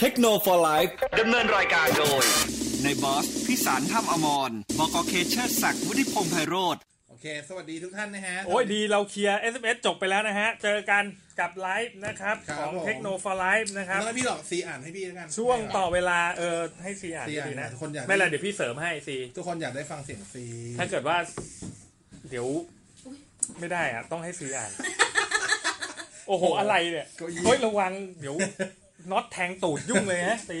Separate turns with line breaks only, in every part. t e c h n o for Life
ดำเนินรายการโดย
ในบอส พิสารถ้ำอมรบกเคเชอร์ศักดิ์วุฒิพงษ์ไพโรธ
โอเค สวัสดีทุกท่านนะฮะ
โอ้ยดีเราเคลียร์ SMS จบไปแล้วนะฮะ เจอกันกับไลฟ์นะครับ
ครับ
ของ
ผม
เทคโนโลยีไลฟ์นะครับ
แล้วพี่หลอกซีอ่านให้พี่แล้วกัน
ช่วงต่อเวลาเออให้ซีอ่าน
ซีอ่าน
ดีนะ
คนอยาก
ไม่เป็นไรเดี๋ยวพี่เสริมให้ซี
ทุกคนอยากได้ฟังเสียงซี
ถ้าเกิดว่า เดี๋ยวไม่ได้อะต้องให้ซีอ่าน โอ้โห อะไรเนี่ยเฮ้ยระวังเดี๋ยวน็อตแทงตูดยุ่งเลยฮะซี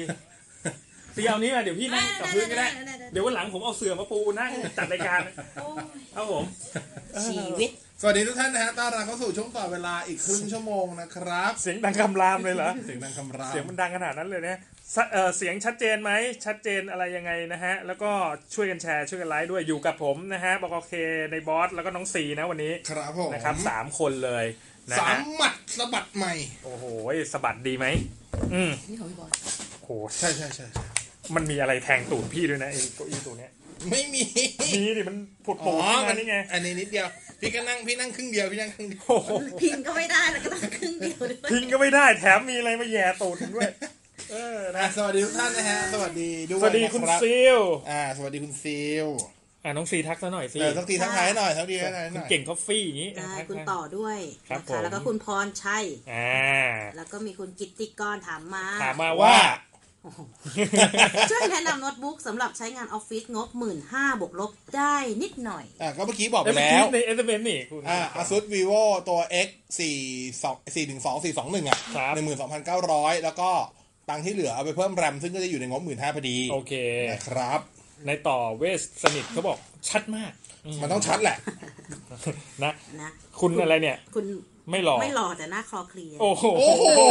ซีเอานี้มาเดี๋ยวพี่นั่งกับพื้นก็ได้
ได้ได้ได้ได้
เดี๋ยววันหลังผมเอาเสื่อมาปูนั่งจัดรายการครับผม
ชีวิต
สวัสดีทุกท่านนะฮะ ต้อนรับเข้าสู่ช่วงต่อเวลาอีกครึ่งชั่วโมงนะครับ
เสียงดังคำรามเลยเหรอ
เสียงดังคำราม
เสียงมันดังขนาดนั้นเลยนะสะเอ่อเสียงชัดเจนไหม ชัดเจนอะไรยังไงนะฮะ แล้วก็ช่วยกันแชร์ช่วยกันไลค์ด้วยอยู่กับผมนะฮะบกเคในบอสแล้วก็น้องซีนะวันนี้
ครับผม
นะครับสามคนเลยนะ
สาม
ฮะ
หมัดสะบัดใหม่
โอ้โหสะบัดดีไหมอืม
นี่ของพี่บอล
โอ้โห
ใช่ใช่ใช่ใช่
มันมีอะไรแทงตูดพี่ด้วยนะไอ้เก้าอี้ตัวเนี้ย
ไม่มี
มีดิมันผุด
อ๋
โผล่
อ
ขึ้น
มั
มาน นี่ไง
อันนี้นิดเดียว พี่ก็นั่ง พี่นั่งครึ่งเดียว พี่นั่งครึ่งเดียว
โอ้โห
พิงก็ไม่ได้แล้วก็ต้องครึ่งเดียวด้วย
ทิ้งก็ไม่ได้แถมมีอะไรมาแย่ตูดผมด้วย เออ
อ่ะ
นะ
สวัสดีทุกท่านนะฮะ สวัสดีด้วย
สวัสดี
นะรับ
คุณซิล
อ่า สวัสดีคุณซิล
อ่ะน้องซีทักซะหน่อยสิ
เออสักทีทักทายให้หน่อยสักทีทักทายให้ห
คุณ
น่อย
เก่งคอฟฟี่อย่างนี้
ได้
ทัก
คุณ
มา
ต่อด้วย
ครับ
นะ
ผม
คะแล้วก็คุณพรชัย
อ่า
แล้วก็มีคุณกิตติกรถามมา
ถามมาว่า
โอ้โห ช่วยแนะนำโน้ตบุ๊กสำหรับใช้งานออฟฟิศงบหมื่นห้าบวกลบได้นิดหน่อย
อ่าก็เมื่อกี้บอกไป
เอ้ยเมื่อ
แล้
กี้
ว
ในเอสเอ็มนี่คุณ
อ่า ASUS vivo ตัว x สี่สองสี่ถึงสองสี่สองหนึ่งอ่ะ
ครับ
หนึ่งหมื่นสองพันเก้าร้อยแล้วก็ตังค์ที่เหลือเอาไปเพิ่มแรมซึ่งก็จะอยู่ในงบหมื่นห้าพอดี
โอเค
นะครับ
ในต่อเวสสนิทเขาบอกชัดมาก
มันต้องชัดแหละ
นะ
นะ
คุณอะไรเนี่ย
คุณ
ไม่หล่อ
ไม่หล่อแต่หน้าคลอเคลียร์
โอ้โห
โอ้โห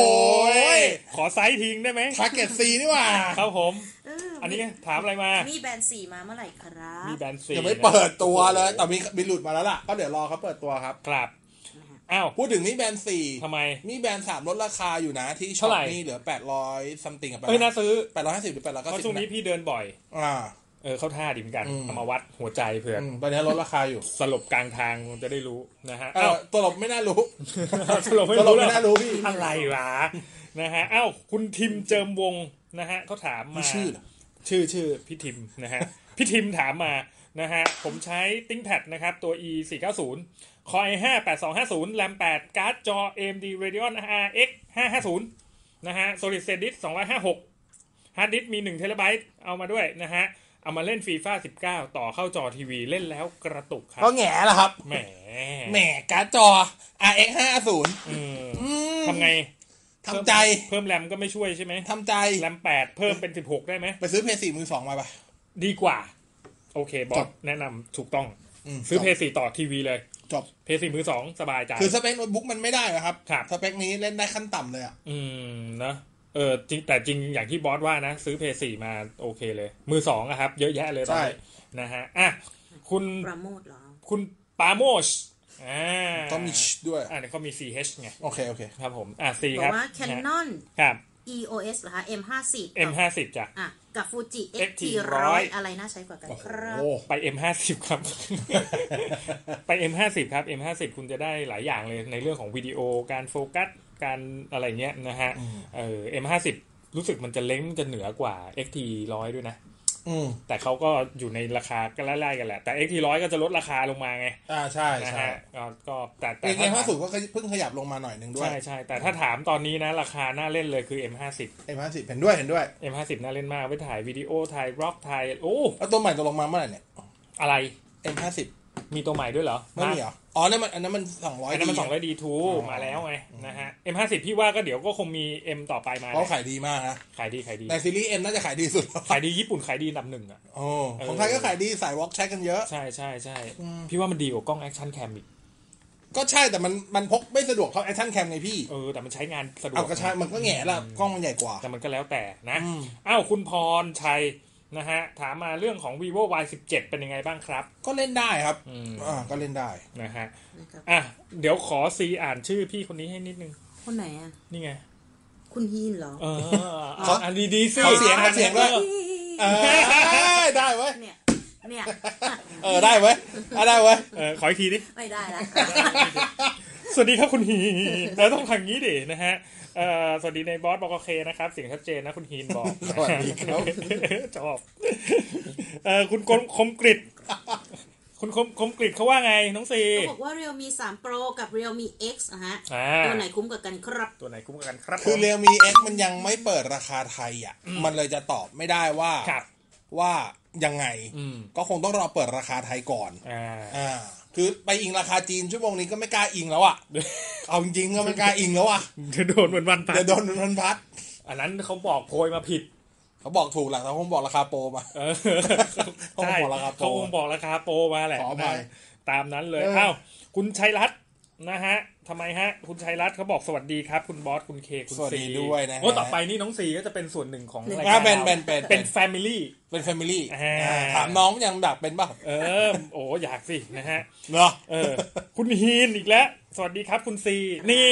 ขอไซส์ทิ้งได้ไหม
ทาร์เก็ตซีนี่หว่า
ครับผม
เ
อันนี้ถามอะไรมา
มีแบรนด์สี่มาเมื่อไหร่ครั
มี
บ
แบรนด์สี่
ยังไม่เปิดตัวเลย แต่มีมีหลุดมาแล้วล่ะ ก็เดี๋ยวรอเขาเปิดตัวครับ
ครับอ้าว
พูดถึงมีแบรนด์สี่
ทำไม
มีแบรนด์สามลดราคาอยู่นะที่ช็อป
เท่าไหร่
นี่เหลือแปดร้อยซัมติงกับ
เอ้ยน่าซื้อ
แปดร้อยห้าสิบหรือแปดร้อย
เพ
เก้า
ราะ
สิบ
ช่วงนี้พี่เดินบ่อย
อ่า
เออเข้าท่าดีเหมือนกัน
อืม
เอามาวัดหัวใจเผื่อ
อืมตอนนี้ลดราคาอยู่
สลบกลางทางจะได้รู้นะฮะ
เอ
อ้า
อ
ว
ตัวหลบไม่น่า รู้
สลบไม่รู้
สลบไม่น่ารู้พี่
อะไรวะนะฮะอ้าวคุณทิมเจิมวงศ์นะฮะเขาถามมา
มีชื่อเหรอ
ชื่อชื่อพี่ทิมนะฮะ พี่ทิมถามมานะฮะ ผมใช้ ThinkPad นะครับ ตัว e 4 9 0 Core i 5 8 2 5 0 RAM 8 การ์ดจอ AMD Radeon RX 5 5 0นะฮะ Solid State Disk 256ฮาร์ดดิสมี1 t b เอามาด้วยนะฮะ เอามาเล่น FIFA 19 ต่อเข้าจอทีวีเล่นแล้วกระตุกครั
ก็
บ
แง่ละครับ
แหม
แหมการ์ดจอ RX 550
อืมทำไง
ทำใจ
เพิ่มแรมก็ไม่ช่วยใช่ไหม
ทำใจ
แรม8 เพิ่มเป็น 16 ได้ไหม
ไปซื้อเพย์สี่มือสองมาปะ
ดีกว่า โอเค บอ
จ
ส
บ
แนะนำถูกต้อง
อืม
ซื้อ
จบ
เพย์สี่ต่อทีวีเลย
จบ
เพย์สี่มือสองสบายใจ
คือสเปคโน้ตบุ๊กมันไม่ได้หรอครับ
ครับ
สเปคนี้เล่นได้ขั้นต่ำเลยอ่ะ
อืมนะเออจริงแต่จริงอย่างที่บอสว่านะ ซื้อเพย์สี่มาโอเคเลย มือสองอะครับ เยอะแยะเลยตอนนี้
ใช่
นะฮะอ่ะคุณ
ประโมทเหรอ
คุณปาโมชอ่า
ต้องมีด้วย
อ่าเนี่ยวเขามี CH ไง
โอเค โอเค
ครับผม อ่ะ C
บอ
ครับ
กว่า
นะ
Canon
ครับ
EOS เหรอคะ M50
M ห้าสิบจ้ะ
อ่ะ กับ Fuji
FT
X100 อะไรน่าใช้กว่ากันครับ
โอ้
ไป M50 ครับ ไป M50 ครับ M50 คุณจะได้หลายอย่างเลยในเรื่องของวิดีโอการโฟกัส การอะไรเงี้ยนะฮะเออ M50 รู้สึกมันจะเล้งจะเหนือกว่า XT100 ด้วยนะ
อืม
แต่เขาก็อยู่ในราคาก็ไล่ๆกันแหละ แต่ X 1 0 0ก็จะลดราคาลงมาไง
อ่าใช่
นะ
ใช่
ฮะก็ก็แต่แต่
เอก
ถ้
เอ็มห้าสูก็เพิ่งขยับลงมาหน่อยหนึ่งด้วย
ใช่ใช่แต่ถ้าถามตอนนี้นะ ราคาน่าเล่นเลยคือ M 5 0
เอ็มห้าสิบเห็นด้วยเห็นด้วย
M 5 0น่าเล่นมากไว้ถ่ายวิดีโอถ่ายร็อกถ่ายโอ้
แล้วตัวใหม่ตกลงมาเมื่อไหร่เนี่ย
อะไร
เอ็มห้าสิบ
มีตัวใหม่ด้วยเหรอ
ไม่มีเหรออ๋อนั่นมันอันนั้นมันสองร้อย
อันนั้นมันสองร้อยดีทูมาแล้วไงนะฮะ M 5 0พี่ว่าก็เดี๋ยวก็คงมี M ต่อไปมา
เพราะขายดีมากนะ
ขายดีขายดี
ในซีรีส์เอ็มน่าจะขายดีสุด
ขายดีญี่ปุ่นขายดีอันดับหนึ่งอ่ะ
โอ้ของไทยก็ขายดีสายวอล์กใช้กันเยอะ
ใช่ใช่ใช่พี่ว่ามันดีกว่ากล้องแอคชั่นแคมอีก
ก็ใช่แต่มันมันพกไม่สะดวกเท่าแอคชั่นแคมไงพี่
เออแต่มันใช้งานสะดวก
เอาก็ใช่มันก็แง่ละกล้องมันใหญ่กว่า
แต่มันก็แล้วแต่นะอ้าวคุณพรชัยนะฮะ ถามมาเรื่องของ vivo y 1 7เป็นยังไงบ้างครับ
ก็เล่นได้ครับอ่าก็เล่นได้
นะฮะ
นะครับ
อ่ะ เดี๋ยวขอซีอ่านชื่อพี่คนนี้ให้นิดนึง
คนไหนอ่ะ
นี่ไง
คุณฮีนเหรอ
เออ
ขอ
อ่ะ
อ่
อ่านดีๆสิ
ขอเสียง
อ่าน
ขอเสียงด้วย
ออ
เออได้เว้ย
เนี่ยเนี่ย
เออได้เว้ยอ่ะได้เว้ย
เออขออีกทีดิ
ไม่ได้ละ
สวัสดีครับคุณฮีแล้วต้องทางนี้ดินะฮะเอ่อสวัสดีในบอสบอกเคนะครับเสียงชัดเจนนะคุณฮีนบอก
สวัสดีครับ
ชอบเอ่อคุณคมคมกริดคุณคมคมกริดเขาว่าไงน้องซี
เขาบอกว่า Realme 3 Pro กับ Realme X นะฮะ
อ่า
ตัวไหนคุ้มกว่ากันครับ
ตัวไหนคุ้มกันครับ
คือ
ผม
เรียมีเอ็กมันยังไม่เปิดราคาไทยอ่ะ มันเลยจะตอบไม่ได้ว่า
ครับ
ว่ายังไง
อืม
ก็คงต้องรอเปิดราคาไทยก่อน
อ่า
อ่า คือไปอิงราคาจีนชั่วโมงนี้ก็ไม่กล้าอิงแล้ว อ่ะ เอาจริงๆก็ไม่กล้าอิงแล้วอ่ะ
จะโดนเหมือนวันพัน
เดี๋ยวโดนมันพัด
อันนั้นเขาบอกโพยมาผิด
เขาบอกถูกหลักแต่เขาคงบอก ราคาโปรมา
เออ
เขาคง
ใช่
บอกราคาโปร
เขาคงบอกราคาโปรมาแหละ
ขออภัย
นะตามนั้นเลย
เออ
เอ้าวคุณชัยรัตน์นะฮะทำไมฮะ คุณชัยรัตน์เขาบอกสวัสดีครับ คุณบอสคุณเคคุณ
สวัสดี
ซี
ด้วยนะฮะ
โอ้ต่อไปนี่น้องซีก็จะเป็นส่วนหนึ่งของ
หนึ่ง
ราย
อ่า
การ
เป็น
รา
เป็นเป็น
เป็นแฟมิลี่
เป็นแฟมิลี่
อ่า
ถามน้องยังแบบเป็นเปล่า
เออ โอ้อยากสินะฮะ
เหรอ
เออ คุณฮีนอีกแล้ว สวัสดีครับคุณซี นี่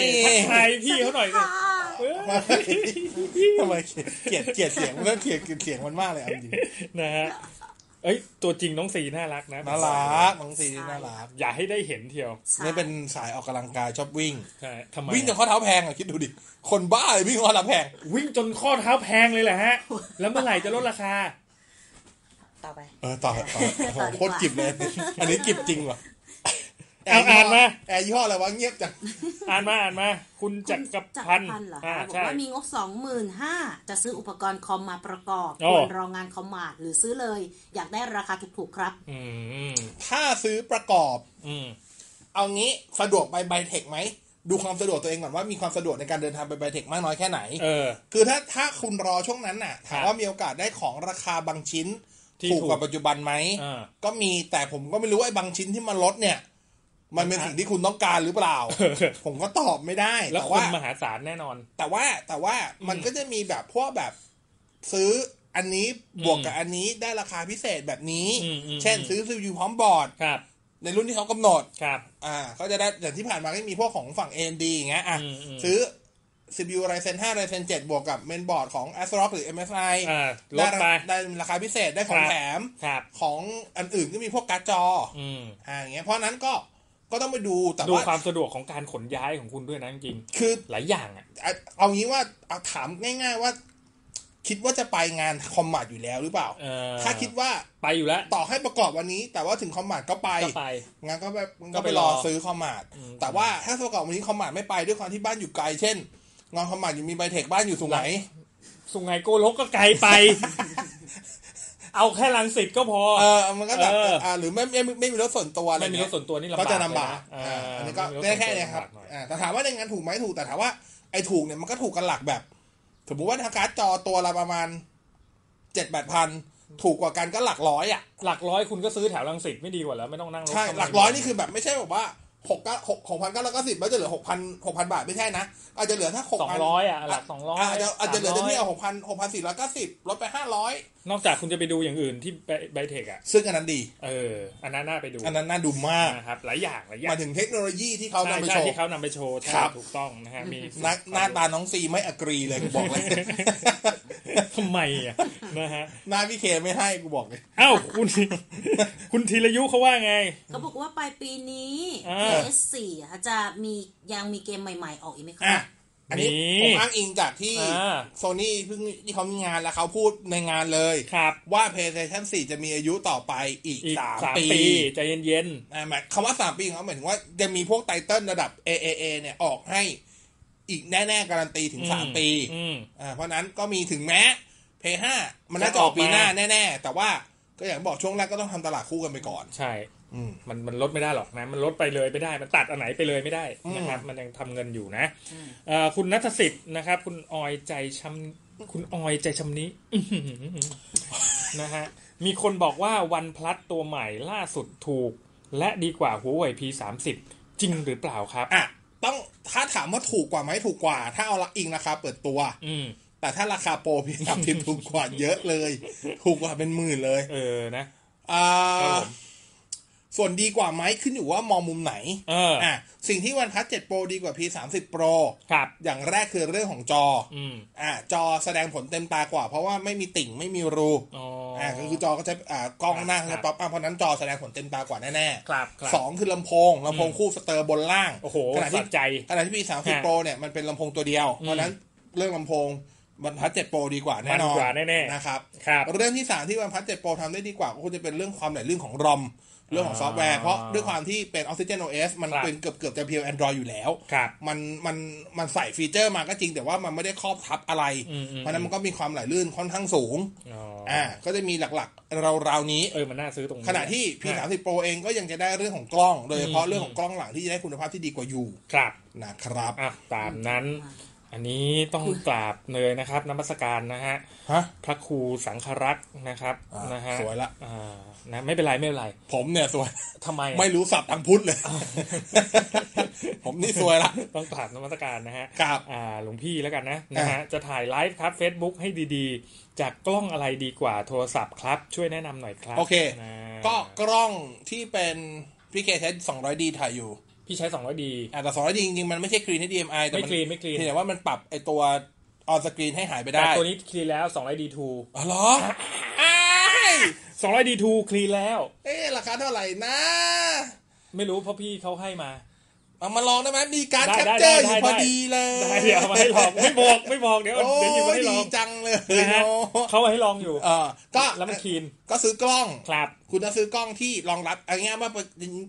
นี่
ทักทายพี่เขาหน่อยสิเออ
ทำไมเกลียดเกลียดเสียงเริ่มเกลียดเกลียดเสียงมันมากเลยเอาจริง
นะฮะเอ้ยตัวจริงน้องซีน่ารักนะ
น่ารักน้องซีนี่น่ารัก
อย่าให้ได้เห็นเทียว
ใช่
นี่เป็นสายออกกำลังกายชอบวิ่ง
ใช่ทำไม
วิ่งจน
อะ
ข้อเท้าแพงอ่ะคิดดูดิ คนบ้าเลยวิ่งจนข้อเท้าแพง
วิ่งจนข้อเท้าแพงเลยแหละฮะ แล้วเมื่อไหร่จะลดราคา
ต่อไป
เออต่อต่อโอ้โห
ต่อดีกว่า
โคตรจิบเลย อันนี้จิบจริงเหรอ
เอาอ่านมา
แอร์ยี่ห้ออะไรวะเงียบจัง
อ่านมาอ่านมา คุณจักร
จัก
พั
ร
นธ์
พันธ์เหรอ
อ่า
คะบอก
ใช่
ว่ามีงบ 25,000 จะซื้ออุปกรณ์คอมมาประกอบ
โอ้
ควรรองงานคอมมาดหรือซื้อเลย อยากได้ราคาถูกๆครับ
อืม
ถ้าซื้อประกอบ
อืม
เอางี้สะดวกไปไบเทคไหม ดูความสะดวกตัวเองก่อนว่ามีความสะดวกในการเดินทางไปไบเทคมากน้อยแค่ไหน
เออ
คือถ้าถ้าคุณรอช่วงนั้นน่ะถาม
ครับ
ว่ามีโอกาสได้ของราคาบางชิ้น
ที่
ถูกกว่า
ถูก
ปัจจุบันไหม
อ่า
ก็มีแต่ผมก็ไม่รู้ว่าไอ้บางชิ้นที่มันลดเนี่ย มันเป็นสิ่งที่คุณต้องการหรือเป ล่า
เออ
ผมก็ตอบไม่ได้
แล้ว
แต่
ค
ว่าน
มหาศาลแน่นอน
แต่ว่าแต่ว่ามันก็จะมีแบบพวกแบบซื้ออันนี้บวกกับอันนี้ได้ราคาพิเศษแบบนี้
อืมอืม
เช่น ซื้อซียูพร้อมบอร์ด
ครับ
ในรุ่นที่เขากำหนด
ครับ
อ่าก็จะได้อย่างที่ผ่านมาก็มีพวกของฝั่ง AMD อย่างเงี้ยอ่ะ
อืมอืม
ซื้อ CPU Ryzen 5 Ryzen 7 บวกกับเมนบอร์ดของ ASRock หรือ MSI
อ่าล
ได้
ด
รา
ไป
คาได้ราคาพิเศษได้ขอ
ค
ง
รับ
แถม
ครับ
ของอันอื่นก็มีพวกการ์ดจอ
อืม
อ่าอย่างเงี้ยเพราะนั้นก็ก็ต้องไปดูแต่
ดู
ว่า
ความสะดวกของการขนย้ายของคุณด้วยนะจริง
คือ
ๆหลายอย่างอ่ะ
อ่ะเอางี้ว่าเอาถามง่ายๆว่า คิดว่าจะไปงานคอมมานอยู่แล้วหรือเปล่า
เออ
ถ้าคิดว่า
ไปอยู่แล้ว
ต่อให้ประกอบวันนี้ แต่ว่าถึงคอมมานก็ไป
ก็ไป
งั้นก็ไปงั้น
ก็
ก็
ไป
ไป
ร
ร
อ
อซื้อคอมมาด
อืม
แต่ว่าถ้าประกอบวันนี้คอมมาดไม่ไปด้วยความที่บ้านอยู่ไกล เช่น งานคอมมาดอยู่มีไบเทคบ้านอยู่สุงไหน
สุงไหงโกลกก็ไกลไป เอาแค่ลังสิตก็พอ
เออมันก็แบบ
เออ
เอ่อหรือไม่ไม่ไม่ไม่มีรถส่วนตัวอะไร
ไม่มีร
เงี้
ถ
ย
ส่วนตัวนี่ลำบาก
ก็จะลำบาก
เลยนะ
อ่าอันนี้ก็
ไม่มี
ได้
ถส่ว
แค่
ตัว
เนี้ครับ
ลำากหน่อย
อ่าแต่ถามว่าในงานถูกไหมถูกแต่ถามว่าไอ้ถูกเนี่ยมันก็ถูกกันหลักแบบ สมมติว่าทางการ์ดจอตัวละประมาณเจ็ดแปดพันถูกกว่ากันก็หลักร้อยอ่ะ
หลักร้อยคุณก็ซื้อแถวลังสิตไม่ดีกว่าแล้วไม่ต้องนั่งรถ
ใช่
เข้ามา
หลักร้อยนี่คือแบบไม่ใช่แบบว่าหกเก้าหกหกพันเก้าร้อยเก้าสิบแล้วจะเหลือหกพันหกพันบาทไม่ใช่นะอาจจะเหลือถ้าหก
สอง
พัน
ร้อยอ่ะหลักสองร้อย
อาจจะอาจจะเหลือเต็มที่
สามร้
หกพันหกพันสี่ร้อยเก้าสิบลดไปห้าร้อย
ยนอกจากคุณจะไปดูอย่างอื่นที่ไบไบเทคอ่ะ
ซึ่งอันนั้นดี
เออ อันนั้นน่าไปดู
อันนั้นน่าดูมาก
นะครับหลายอย่างหลายอย่าม
หาง ยถึงเทคโนโลยีที่เขานำไป
ใช่
โช
ใช่
ว์
ที่เขานำไปโชว์ใช่
ครับ
ถูกต้อง นะฮะมี
หน้าหน้าตาน้องซีไม่อกรีเลยกูบอกเลย
ทำไมอ่ะนะฮะ
หน้าพี่เคไม่ให้กูบอกเลย
เอ้าคุณ คุณธีรยุเขาว่าไง
เขาบอกว่าปลายปีนี้
อ่า
PS4 อะจะมียังมีเกมใหม่ๆ ออกอีกไหมครั
อ่ะ
บ
ไอ อันนี้ผ
นี่
มอ้างอิงจากที่
อ่า
โซนี่เพิ่งที่เขามีงานแล้วเขาพูดในงานเลย
ครับ
ว่า PlayStation 4 จะมีอายุต่อไปอีก
อีก
สาม
สาม
ปี
ปีใจเย็น
อ่าหมายคำว่าสามปีของเขาหมายถึงว่าจะมีพวกไตเติลระดับ AAA เนี่ยออกให้อีกแน่ ๆ การันตีถึง
ๆ
สามปี
อืม
อ่าเพราะนั้นก็มีถึงแม้เพย์ห้ามันน่าจะ
จะ
อ
อ
อ
อก ก
ปีหน้า
มา
แน่ ๆ แต่ว่าก็อย่างที่บอกช่วงแรกก็ต้องทำตลาดคู่กันไปก่อน
ใช่
อืม
มันมันลดไม่ได้หรอกนะ มันลดไปเลยไม่ได้ มันตัดอันไหนไปเลยไม่ได้นะครับ มันยังทำเงินอยู่นะเอ่อคุณนัทสิทธิ์นะครับ คุณออยใจชำคุณออยใจชำนี้ อื้อหือนะฮะ มีคนบอกว่าวันพลัสตัวใหม่ล่าสุดถูก และดีกว่าหัว w ว i P สามสิบจริงหรือเปล่าครับ
อ่ะต้องถ้าถามว่าถูกกว่าไหมถูกกว่า ถ้าเอาละอิงราคาเปิดตัว
อืม
แต่ถ้าราคาโปรพีสามสิบถูกกว่าเยอะเลย ถูกกว่าเป็นหมื่นเลย
เออนะ
อ่า
ครับผม
ส่วนดีกว่าไหมขึ้นอยู่ว่ามองมุมไหน
เออ
อ่ะสิ่งที่วันพัทเจ็ดโปรดีกว่า P30 Pro
ครับ
อย่างแรกคือเรื่องของจออ
อืม
อ่าจอแสดงผลเต็มตากว่า เพราะว่าไม่มีติ่งไม่มีรู
อ๋อ
อ่าก็คือจอก็จะอ่ากล้องหน้าก็จะป๊อปอัพเพราะฉะนั้นจอแสดงผลเต็มตากว่าแน่
ครับครับ
ๆสองคือลำโพงลำโพงคู่สเตอร์บนล่าง
โอ้โห
ขณะที่
สะใจ
ขณะที่ปีสามสิบ
ฮะ
โปรเนี่ยมันเป็นลำโพงตัวเดียว เพราะฉะนั้นเรื่องลำโพงบรรพัดเจ็ดโปรดีกว่าแน่นอน
มันกว่าแน่ๆ
นะครับ
ครับ
เรื่องที่สามที่บรรพัดเจ็ดโปรทำได้ดีกว่าก็คงจะเป็นเรื่องความไหลลื่นของรอมเรื่องของซอฟต์แวร์เพราะด้วยความที่เป็น Oxygen OS มัน
ครับ
เป็นเกือบเกือบๆจะเพียว Android อยู่แล้ว
ครับ
มันมันมันใส่ฟีเจอร์มาก็จริงแต่ว่ามันไม่ได้ครอบทับอะไร
อืมอืม
เพราะฉะนั้นมันก็มีความไหลลื่นค่อนข้างสูง
อ๋ออ
อ่า ก็จะมีหลักๆราวๆนี้
เออ มันน่าซื้อตรงนี้
ขณะที่
ฮะ
P30 Pro เองก็ยังจะได้เรื่องของกล้องโดยเฉพาะ
อืม
เรื่องของกล้องหลังที่จะได้คุณภาพที่ดีกว่าอยู่
ครับ
นะครับ
อ่ะตามนั้น อันนี้ต้องกราบเลยนะครับน้ำมัสการนะฮะ
ฮะ
พระครูสังครักษ์นะครับ
อ่ะ
นะฮะ
สวยละ
อ่านะไม่เป็นไรไม่เป็นไร
ผมเนี่ยสวย
ทำไมอ่ะ
ไม่รู้สับทางพุทธเลย ผมนี่สวยละ
ต้องกราบน้ำมัสการนะฮะ
กราบ
อ่าหลวงพี่แล้วกันนะนะฮะ
อ่ะ
จะถ่ายไลฟ์ครับ Facebook ให้ดีๆ จากกล้องอะไรดีกว่าโทรศัพท์ครับ ช่วยแนะนำหน่อยครับ
โอเค
นะ
ก็กล้องที่เป็นพี่เคใช้ 200D ถ่ายอยู่
พี่ใช้200ดี
อ่ะแต่ 200D จริงๆมันไม่ใช่คลีนให้ DMI แต่
ไม่ clean ไม่ clean
เพียงแต่ว่ามันปรับไอตัวออนสกรีนให้หายไป
แต่
ได้
ตัวนี้คลีแล้ว200ดีทู
อ๋อเหรออ้าย
200ดีทูคลีแล้ว
เอ๊ะราคาเท่าไหร่นะ
ไม่รู้เพราะพี่เขาให้มา
เอามาลองได้ไหมมีการ
ได้
แคป
ได้
เจอร์อยู่
ได้ได้
พอดีเลย
ได้เดี๋ยวเอามาให้ลองไม่บอกไม่บอกเดี๋ย ว
โอ้
เดี๋ยวหยิบมาให้ล
ดี
อง
จังเลย
นะฮะ
โอ้
เขาเอาให้ลองอยู่
เออก็
แล้วมันคลีน
ก็ซื้อกล้อง
ครับ
คุณจะซื้อกล้องที่รองรับเอันนี้ว่า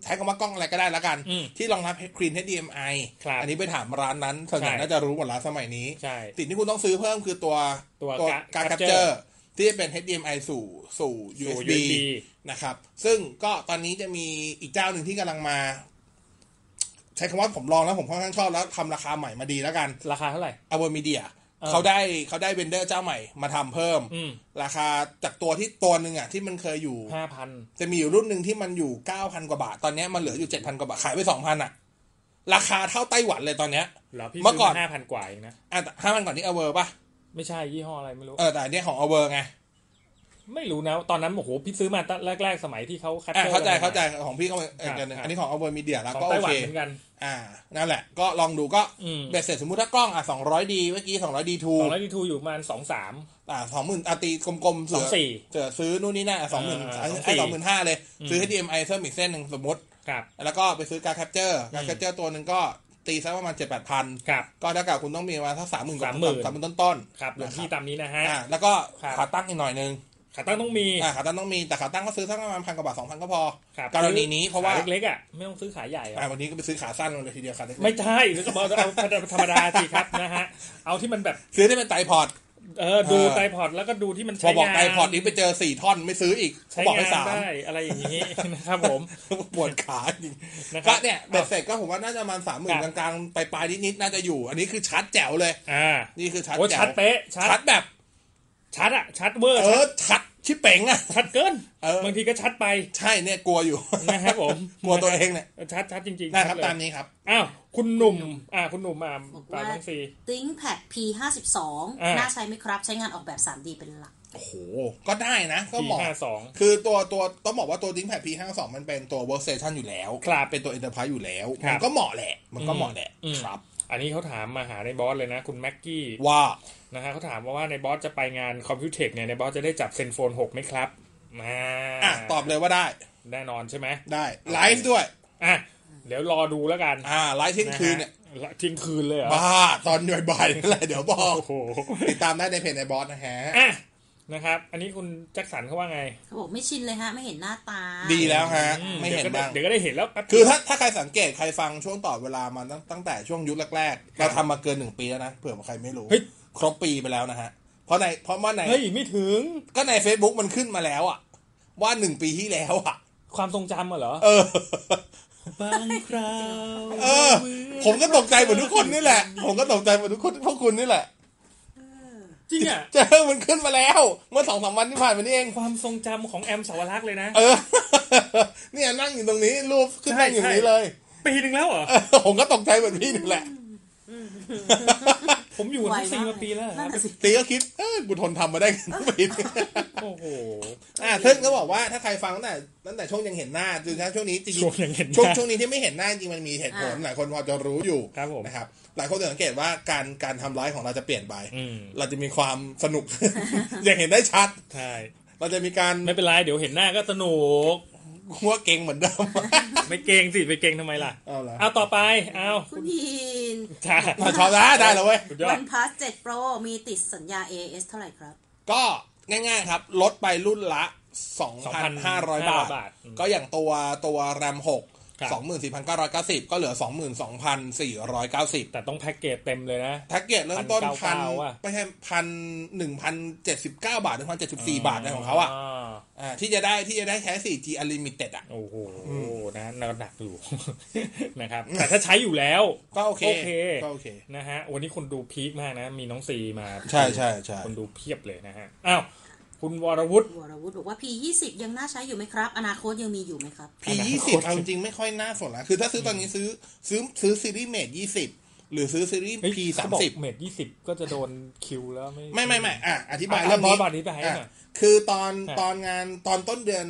ใช้คำว่ากล้องอะไรก็ได้ละกัน
อืม
ที่รองรับ Clean HDMI
ครับ
อันนี้ไปถามร้านนั้นส่วนใหญ่
ใช่
น่าจะรู้หมดแล้วสมัยนี้
ใช่
สิ่งที่คุณต้องซื้อเพิ่มคือตัว
ตัว
การ
capture
capture ที่เป็น HDMI สู่สู่ USB
USB
นะครับ ซึ่งก็ตอนนี้จะมีอีกเจ้าหนึ่งที่กำลังมา ใช้คำว่าผมลองแล้วผมค่อนข้างชอบแล้วทำราคาใหม่มาดีแล้วกัน
ราคาเท่าไหร่
อเวอร์มีเดีย
เออ
เขาได้เขาได้เวนเดอร์เจ้าใหม่มาทำเพิ่ม
อืม
ราคาจากตัวที่ตัวหนึ่งอ่ะที่มันเคยอยู่
ห้าพัน
จะมีอยู่รุ่นหนึ่งที่มันอยู่ 9,000 กว่าบาท ตอนเนี้ยมันเหลืออยู่ 7,000 กว่าบาท ขายไป 2,000อ่ะ ราคาเท่าไต้หวันเลยตอนเนี้ย
เหรอพี่
เมื่อ
ซื้อ
ก่อน
มาห้าพันกว่าเองนะ
อ่ะห้าพันก่อนนี่เอเวอร์ป่ะ
ไม่ใช่ยี่ห้ออะไรไม่รู้
เออ แต่อันเนี้ยของเอเวอร์ไง
ไม่รู้นะ ตอนนั้นโอ้โหพี่ซื้อมาตอนแรก ๆ สมัยที่เขาคัด
อ่ะ
ลือก
เข้าใจ
กันม
เข้าใจของพี่ก็เป็น
ครับ
เออกันหนึ่ง
ครับ
อันนี้ของเอเวอร์มีเดียแล้ว
ของ
ก็
ไต้
โอ
หวัน
เค
เหมือนกัน
อ่า นั่นแหละ ก็ลองดูก็
อืม
เบ็ดเสร็จสมมติถ้ากล้องอ่ะ 200D เมื่อกี้ 200D
สอ
2
งร้อยดีทูอยู่ประมาณสองสาม
อ่า20,000อ่ะตีกลมๆเสื
สองสี่
เสือซื้อนู่นนี่นั่นอ่ะ20,000
อ่า
ไอ้
สองสี่
ไอ้25,000เลย ซื้อ HDMI เพิ่มอีกเส้นหนึ่งสมมติ
ครับ
แล้วก็ไปซื้อการแคปเจอร์ การแคปเจอร์ตัวหนึ่งก็ตีซะประมาณ7 8พัน
ครับ
ก็เท่ากับคุณต้องมีประมาณสักสามหมื่นกว่า
30,000
สามหมื่นต้นต้น
ครับหลวงพี่ตามนี้นะฮะ
อ่าแล้วก็
ครับ
ขาตั้งอีกหน่อยนึง
ขาตั้งต้องมี
อ่าขาตั้งต้องมีแต่ขาตั้งก็ซื้อสักประมาณพันกว่าบาทสองพันก็พอ
ครับ
กรณีนี้เพราะว่า
ขเล็กๆอ่ะไม่ต้องซื้อขายใหญ่อะ
อ่าวันนี้ก็ไปซื้อขาสั้นมาเลยทีเดียวขาเล็กๆ
ไม่ใช่ซื้อเอาเอาธรรมดาสิครับนะฮะ เอาที่มันแบบ
ซื้อได้เป็นไตรพอด
เออดู
เออ
ไตรพอดแล้วก็ดูที่มัน
พอ
ใช้
บอก
งาน
ไตรพอดนี้ไปเจอสี่ท่อนไม่ซื้ออีก
ใช้
บอก
งา
ไป
น
สาม
ได้อะไรอย่างนี้ นะครับผม
ปวดขาจริง
นะครับ
ก็เนี่ยเบ็ดเสร็จก็ผมว่าน่าจะประมาณสามหมื่น
ค
ก
รับ
ลางๆไปปลายๆนิดๆน่าจะอยู่ อันนี้คือชัดแจ๋วเลย
อ่า
นี่คือชัด
โอ้
แจ๋ว
ชัดเป๊ะชัด
ชัดแบบ
ชัดอะชัดเวอร์
เอ
ชั
อ
ด
ชัดชิบเป๋งอ่ะ
ชัดเกิน
เออ
บางทีก็ชัดไป
ใช่เนี่ยกลัวอยู่
นะครับผม
กลัวตัวเองเนี่ย
ชัดชัดจริงๆ
นะครับ
ชัดเลย
ตามนี้ครับ
อ้าวคุณหนุ่ม อ่าคุณหนุ่มอ่า
บอก
ป่า
ว่า
บางซี
ThinkPad P52
อ่า
น่าใช้ไหมครับ ใช้งานออกแบบ 3D เป็นหลัก
โอ้โห ก็ได้นะ ก็เหมาะ
P52
คือตัวตัวต้องบอกว่าตัว ThinkPad P52 มันเป็นตัว Workstation อยู่แล้ว
ครับ
เป็นตัว Enterprise อยู่แล้ว
ครั
มั
บ
ก็เหมาะแหละ มันก็เหมาะแหละ
อืม
ครับ
อันนี้เขาถามมาหาในบอสเลยนะ คุณแม็กกี้
ว่า
นะฮะเขาถามว่าว่าในบอสจะไปงานคอมพิวเทคเนี่ยในบอสจะได้จับเซนโฟน 6 ไหมครับมา
อ่ะ ตอบเลยว่าได้
แน่นอนใช่ไหม
ได้ ไลฟ์ด้วย
อ่ะเดี๋ยวรอดูแล้วกัน
อ่า ไลฟ์เที่ยงคืนเนี่ย
ะฮะ ละทิ้งคืนเลยเหรอ
บ้า ตอนบ่ายๆ นั่นแหละเดี๋ยวบอก
โอ้โห
ติดตามได้ในเพจในบอสนะฮะ
อ่ะนะครับ อันนี้คุณแจ็คสันเขาว่าไง
เขาบอกไม่ชินเลยฮะ ไม่เห็นหน้าตา
ดีแล้วฮะ
อื
ไม่เห็น
ดี๋ยวก็ด้
บ้าง
เดี๋ยวก็ได้เห็นแล้วแป๊บ
คือถ้าถ้าใครสังเกตใครฟังช่วงต่อเวลามาตั้งตั้งแต่ช่วงยุคแรกๆ เราทำมาเกินหนึ่งปีแล้วนะ เผื่อใครไม่รู้
เฮ้ย
ครบปีไปแล้วนะฮะ เพราะในเพราะว่าใน
เฮ้ยไม่ถึง
ก็ใน Facebook มันขึ้นมาแล้วอะว่าหนึ่งปีที่แล้วอะ
ความทรงจำอะเหรอ
เออ
บางคราว
เออ ผมก็ตกใจเหมือนทุกคนนี่แหละ ผมก็ตกใจเหมือนทุกคนพวกคุณนี่แหละ
จริงอ่ะ
เจอมันขึ้นมาแล้ว เมื่อสองสามวันที่ผ่านมานี่เอง
ความทรงจำของแอมสาวรักษณ์เลยนะ
เออ เนี่ยนั่งอยู่ตรงนี้รูปขึ้นนั่งอยู่ตรงนี้เลย
ปีหนึ่งแล้วเหรอ
เออผมก็ตกใจเหมือนพี่นี่แหละ
ผมอยู่กับพี่ซี
ไว
มาปีแล้วเหรอค
นั่
รับ
นแหะสิ
ตีก็คิด เออกูทนทำมาได้กันทั้งปี
โอ้โห
อ่าเทิร์นก็บอกว่าถ้าใครฟังตั้งแต่ตั้งแต่ช่วงยังเห็นหน้าหรือถ้าช่วงนี้จริงๆ
ช่วงยังเห็นหน้า
ช่วงช่วงนี้ที่ไม่เห็นหน้าจริงมันมีเหตุผลหลายคนพอจะรู้อยู่
ครับผม
นะครับ หลายคนจะสังเกตว่าการการทำร้ายของเราจะเปลี่ยนไป
อืม
เราจะมีความสนุก อย่างเห็นได้ชัด
ใช่
เราจะมีการ
ไม่เป็นไร เดี๋ยวเห็นหน้าก็สนุก
หัวเก่งเหมือนเดิม
ไม่เก่งสิ ไปเก่งทำไมล่ะ
เอาเหรอ
เอาต่อไป เอา
คุณพีน
จ้า
มาชอบนะได้แล้วเว้ย
สุดยอ
วั
ด
นพัส7 Pro มีติดสัญญา AS เท่าไหร่ครับ
ก็ง่ายๆครับ ลดไปรุ่นละ 2,500 บาท
บาทอืม
ก็อย่างตัวตัว RAM 6
ครับ
24,990 ก็เหลือ 22,490
แต่ต้องแพ็กเกจเต็มเลยนะ
แพ็กเกจเริ่มต้นพัน
1,900ว่ะ
ไม่ใช่พันหนึ่งพันเจ็ดสิบเก้าบาทถึงพันเจ็ดสิบสี่บาทในของเขาอ่ะอ่าที่จะได้ที่จะได้ใช้ 4G Unlimited อ่ะ
โอ้โห นะหนักอยู่ นะครับ แต่ถ้าใช้อยู่แล้ว
ก็โอเค
โอเค
ก็โอเค
นะฮะ วันนี้คนดูพีคมากนะ มีน้องซีมา
ใช่ใช่ใช่
คนดูเพียบเลยนะฮะ อ้าว คุณวรวุฒิ
วรวุฒิบอกว่า P20 ยังน่าใช้อยู่ไหมครับ อนาคตยังมีอยู่ไหมครับ
P ยี่สิบเอาจริงๆไม่ค่อยน่าสนละคือถ้าซื้อตอนนี้ซื้อซื้อซื้อซีรีส์เมทยี่สิบหรือซื้อซีรีส์ P สามสิบ
เมดยี่สิบก็จะโดนคิวแล้วไม่
ไม่ไม่ไม่อ่ะอธิบาย
อ่ะ
เรื่องนี้
บอสบอสอธิบายให้หน่อย
อ่ะคือตอน
อ่ะ
ตอนงานตอนต้นเดือน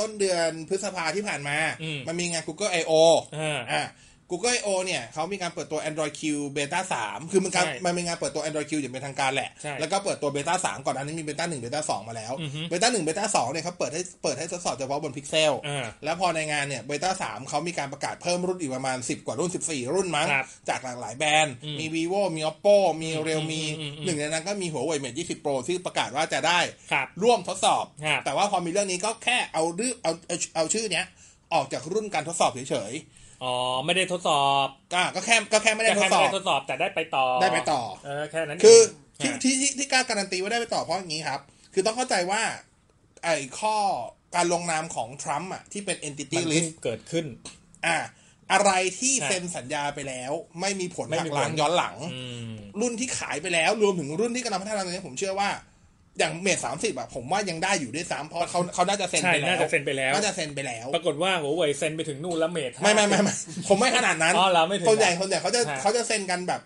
ต้นเดือนพฤษภาที่ผ่านมา
อืม
มันมีงาน Google I.O.
อ่า
อ่ะ Google I.O. เนี่ยเขามีการเปิดตัว Android Q Beta 3 คือมันการ
ใช่
มันมีงานเปิดตัว Android Q อย่างเป็นทางการแหละ
ใช่
แล้วก็เปิดตัว Beta 3 ก่อนอันนี้มี Beta 1 Beta 2 มาแล้ว
อือฮึ
Beta 1 Beta 2เนี่ยเขาเปิดให้เปิดให้ทดสอบเฉพาะบน Pixel
อ่า
แล้วพอในงานเนี่ย Beta 3เขามีการประกาศเพิ่มรุ่นอีกประมาณ 10 กว่ารุ่น 14 รุ่นมั้ง
ครับ
จากหลากหลายแบรนด์
อืม
มี vivo มี oppo มี realme
อืมอืมอืม
หนึ่ง ในนั้นก็มีหัวเว่ยเมท20 Pro ที่ประกาศว่าจะได้
ครับ
ร่วมทดสอบ
ครับ
แต่ว่าพอมีเรื่องนี้ก็แค่เอาเรื่องเอาเอาเอาชื่อเนี้ย ออกจากรุ่นการทดสอบเฉย
อ๋อ ไม่ได้ทดสอบ
ๆก็ก็แค่ก็แค่ไม่ได้ทดสอบ
แต่ไม่ได้ทดสอบแต่ได้ไปต่อ
ได้ไปต่อ
เออแค่นั้น
คือ
เง
ที่ที่ที่ที่กล้าการันตีว่าได้ไปต่อเพราะอย่างนี้ครับ คือต้องเข้าใจว่า ไอ้ข้อการลงนามของทรัมป์อ่ะที่เป็น entity
มันเพิ่
list
งเกิดขึ้น
อ่ะอะไรที่
ใช่
เซ็นสัญญาไปแล้ว ไม่มีผล
ไม่
หั
มี
ก
ผล
ล้างย้อนหลัง
อืม
รุ่นที่ขายไปแล้วรวมถึงรุ่นที่กำลังพัฒนาตอนนี้ผมเชื่อว่า อย่างเมทสามสิบอะผมว่ายังได้อยู่ด้วยซ้ำเพราะ เขาเขาน่าจะเซ็น
ใช่
ไปแล้ว
น่าจะเซ็นไปแล้ว
น่าจะเซ็นไปแล้ว
ปรากฏว่าหัวเว่ยเซ็นไปถึงนู่นแล้วเมด
ไม่ไม่ไม่ไม่ผมไม่ขนาดนั้น
อ๋อเหรอไม่ถึง
คนใหญ่คนใหญ่เขาจะ
ฮะ
เขาจะเซ็นกันแบบ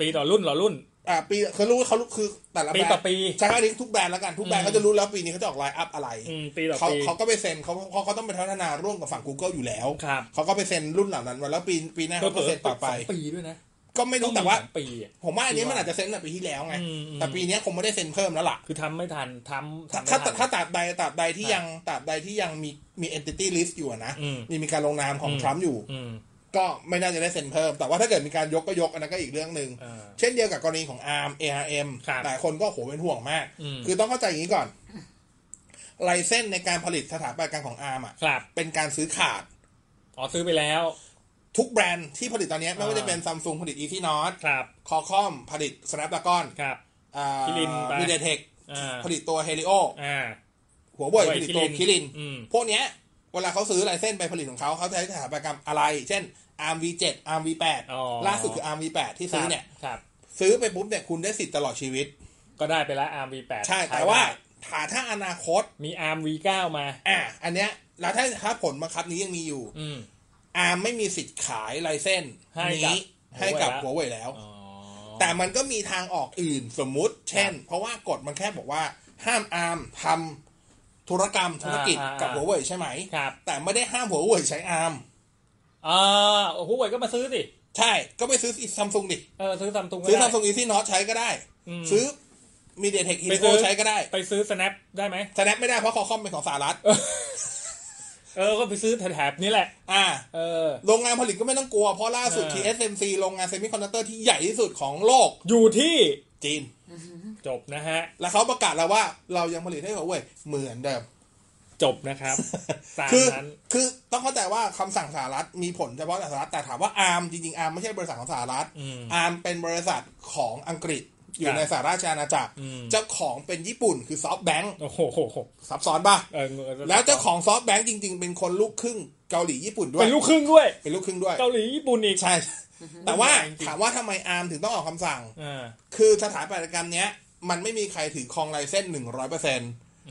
ปีต่อรุ่นต่อรุ่น
อ่าปีเขารู้เขารู้คือแต่ละ
ปี
แบรน
ต่อ
ด์
ปี
ใช่ครันนี้ทุกแบรนด์แล้วกันทุกแบรนด์เขาจะรู้แล้วปีนี้เขาจะออกไลน์อัพอะไร
อืมปีต่อ
เขา
ปี
เขาก็ไปเซ็นเขาเขาเขาต้องไปพัฒนาร่วมกับฝั่ง Google อยู่แล้ว
ครับ
เขาก็ไปเซ็นรุ่นเหล่านั้นมาแล้วปีปีหน้าเขาก็เซ็นต่อไป
สงปีด้วยนะ
ก็ไม่รู้แต่ว่า
องสองปีอะ
ผมว่าอันนี้มันอาจจะเซ็นตั้งแต่ปีที่แล้วไง
อืมอืม
แต่ปีนี้คงไม่ได้เซ็นเพิ่มแล้วล่ะ
คือทำไม่ทันทำทำ
ถ้าถ้า
ไม่ทัน
ถ้าตราบใดตราบใดที่
อ่ะ
ยังตราบใดที่ยังมีมี entity list อยู่อะนะ
อืม
มีมีการลงนามของทรัมป์อยู่
อืม
ก็ไม่น่าจะได้เซ็นเพิ่ม แต่ว่าถ้าเกิดมีการยกก็ยกอันนั้นก็อีกเรื่องหนึ่ง
เออ
เช่นเดียวกับกรณีของ ARM ARM
ครับ
หลายคนก็โหเป็นห่วงมาก
อืม
คือต้องเข้าใจอย่างนี้ก่อนไลเส้นในการผลิตสถาปัตยกรรมของ ARM อะ
ครับ
เป็นการซื้อขาด
อ๋อซื้อไปแล้ว
ทุกแบรนด์ที่ผลิตตอนนี้ไม่ว่า
อ่า
จะเป็นซัมซุงผลิต Exynos
ครับ
คอคอมผลิต Snapdragon
ครับ
อ่า
คิรินไป
MediaTek
อ่า
ผลิตตัว Helio
อ่า
หัวเว่ย
หัว
ผ
เว่ย
ลิตตัว
คิ
คิ
ริ
ริ
น
น
อืม
พวกเนี้ย เวลาเขาซื้อลายเส้นไปผลิตของเขาเขาใช้สถาปัตยกรรมอะไร เช่น ARM V7 ARM V8
อ๋อ
ล่าสุดคือ ARM V8 ที่ซื้อเนี่ย
ครับ
ซื้อไปปุ๊บเนี่ยคุณได้สิทธิ์ตลอดชีวิต
ก็ได้ไปแล้วอาร์มวีแปด
ใช่ แต่ว่าถ้าถ้าอนาคต
มีอาร์มวีเก้ามา
อ่ะอันเนี้ยแล้วถ้าถ้าผลบังคับนี้ยังมีอยู่
อืม
ARM ไม่มีสิทธิ์ขายลายเส้น
ให้กับ
นี้ให้กับ
หั
หั
ว
วเว่
เว่ย
ย
แล้
แล้ว ว
อ๋อ
แต่มันก็มีทางออกอื่นสมมุติ เช่น เพราะว่ากฎมันแค่บอกว่าห้ามอาร์มทำธุรกรรมธุรกิจ
อ่าอ่า
กับหัวเว่ยใช่ไหม
ครับ
แต่ไม่ได้ห้ามหัวเว่ยใช้อาร์ม
อ่าหัวเว่ยก็มาซื้อสิ
ใช่ก็ไปซื้อซัมซุงดิ
เออซื้อซัมซุงก็
ซื้อ
ได้
ซัมซุงอีซี่นอตใช้ก็ได้
อืม
ซื้อมีเดียเทคฮี
ไป
โร
ซื้อ
ใช้ก็ได้
ไปซื้อ snap ได้ไหม
สแนปไม่ได้เพราะคอคอมเป็นของสหรัฐ
เออก็ไปซื้อแถบๆนี้แหละ
อ่า
เออ
โรงงานผลิตก็ไม่ต้องกลัว เพราะล่าสุด
เออ
TSMC โรงงานเซมิคอนดักเตอร์ที่ใหญ่ที่สุดของโลก
อยู่ที่
จีน
จบนะฮะ
แล้วเขาประกาศแล้วว่าเรายังผลิตให้เขาเว่ยเหมือนเดิม
จบนะครับ ตาม
คือ
นั้น
คือต้องเข้าใจว่าคำสั่งสหรัฐมีผลเฉพาะแต่สหรัฐแต่ถามว่าอาร์มจริงๆอาร์มไม่ใช่บริษัทของสหรัฐ
อืม
อาร์มเป็นบริษัทของอังกฤษอยู่ใน
ครับ
สหราชอาณาจักร
อืม
เจ้าของเป็นญี่ปุ่นคือซอฟแบงค์
โอ้โห
ซับซ้อนป่ะ
เออ
แล้วเจ้าของซอฟแบงค์จริง ๆ เป็นคนลูกครึ่งเกาหลีญี่ปุ่นด้วย
เป็นลูกครึ่งด้วย
เป็นลูกครึ่งด้วย
เกาหลีญี่ปุ่นอีก
ใช่ แต่ว่า
จริงๆ
ถามว่าทำไมอาร์มถึงต้องออกคำสั่ง
อ่า
คือสถาปัตยกรรมเนี้ย มันไม่มีใครถือครองลายเส้นหนึ่งร้อยเปอร์เซ็นต์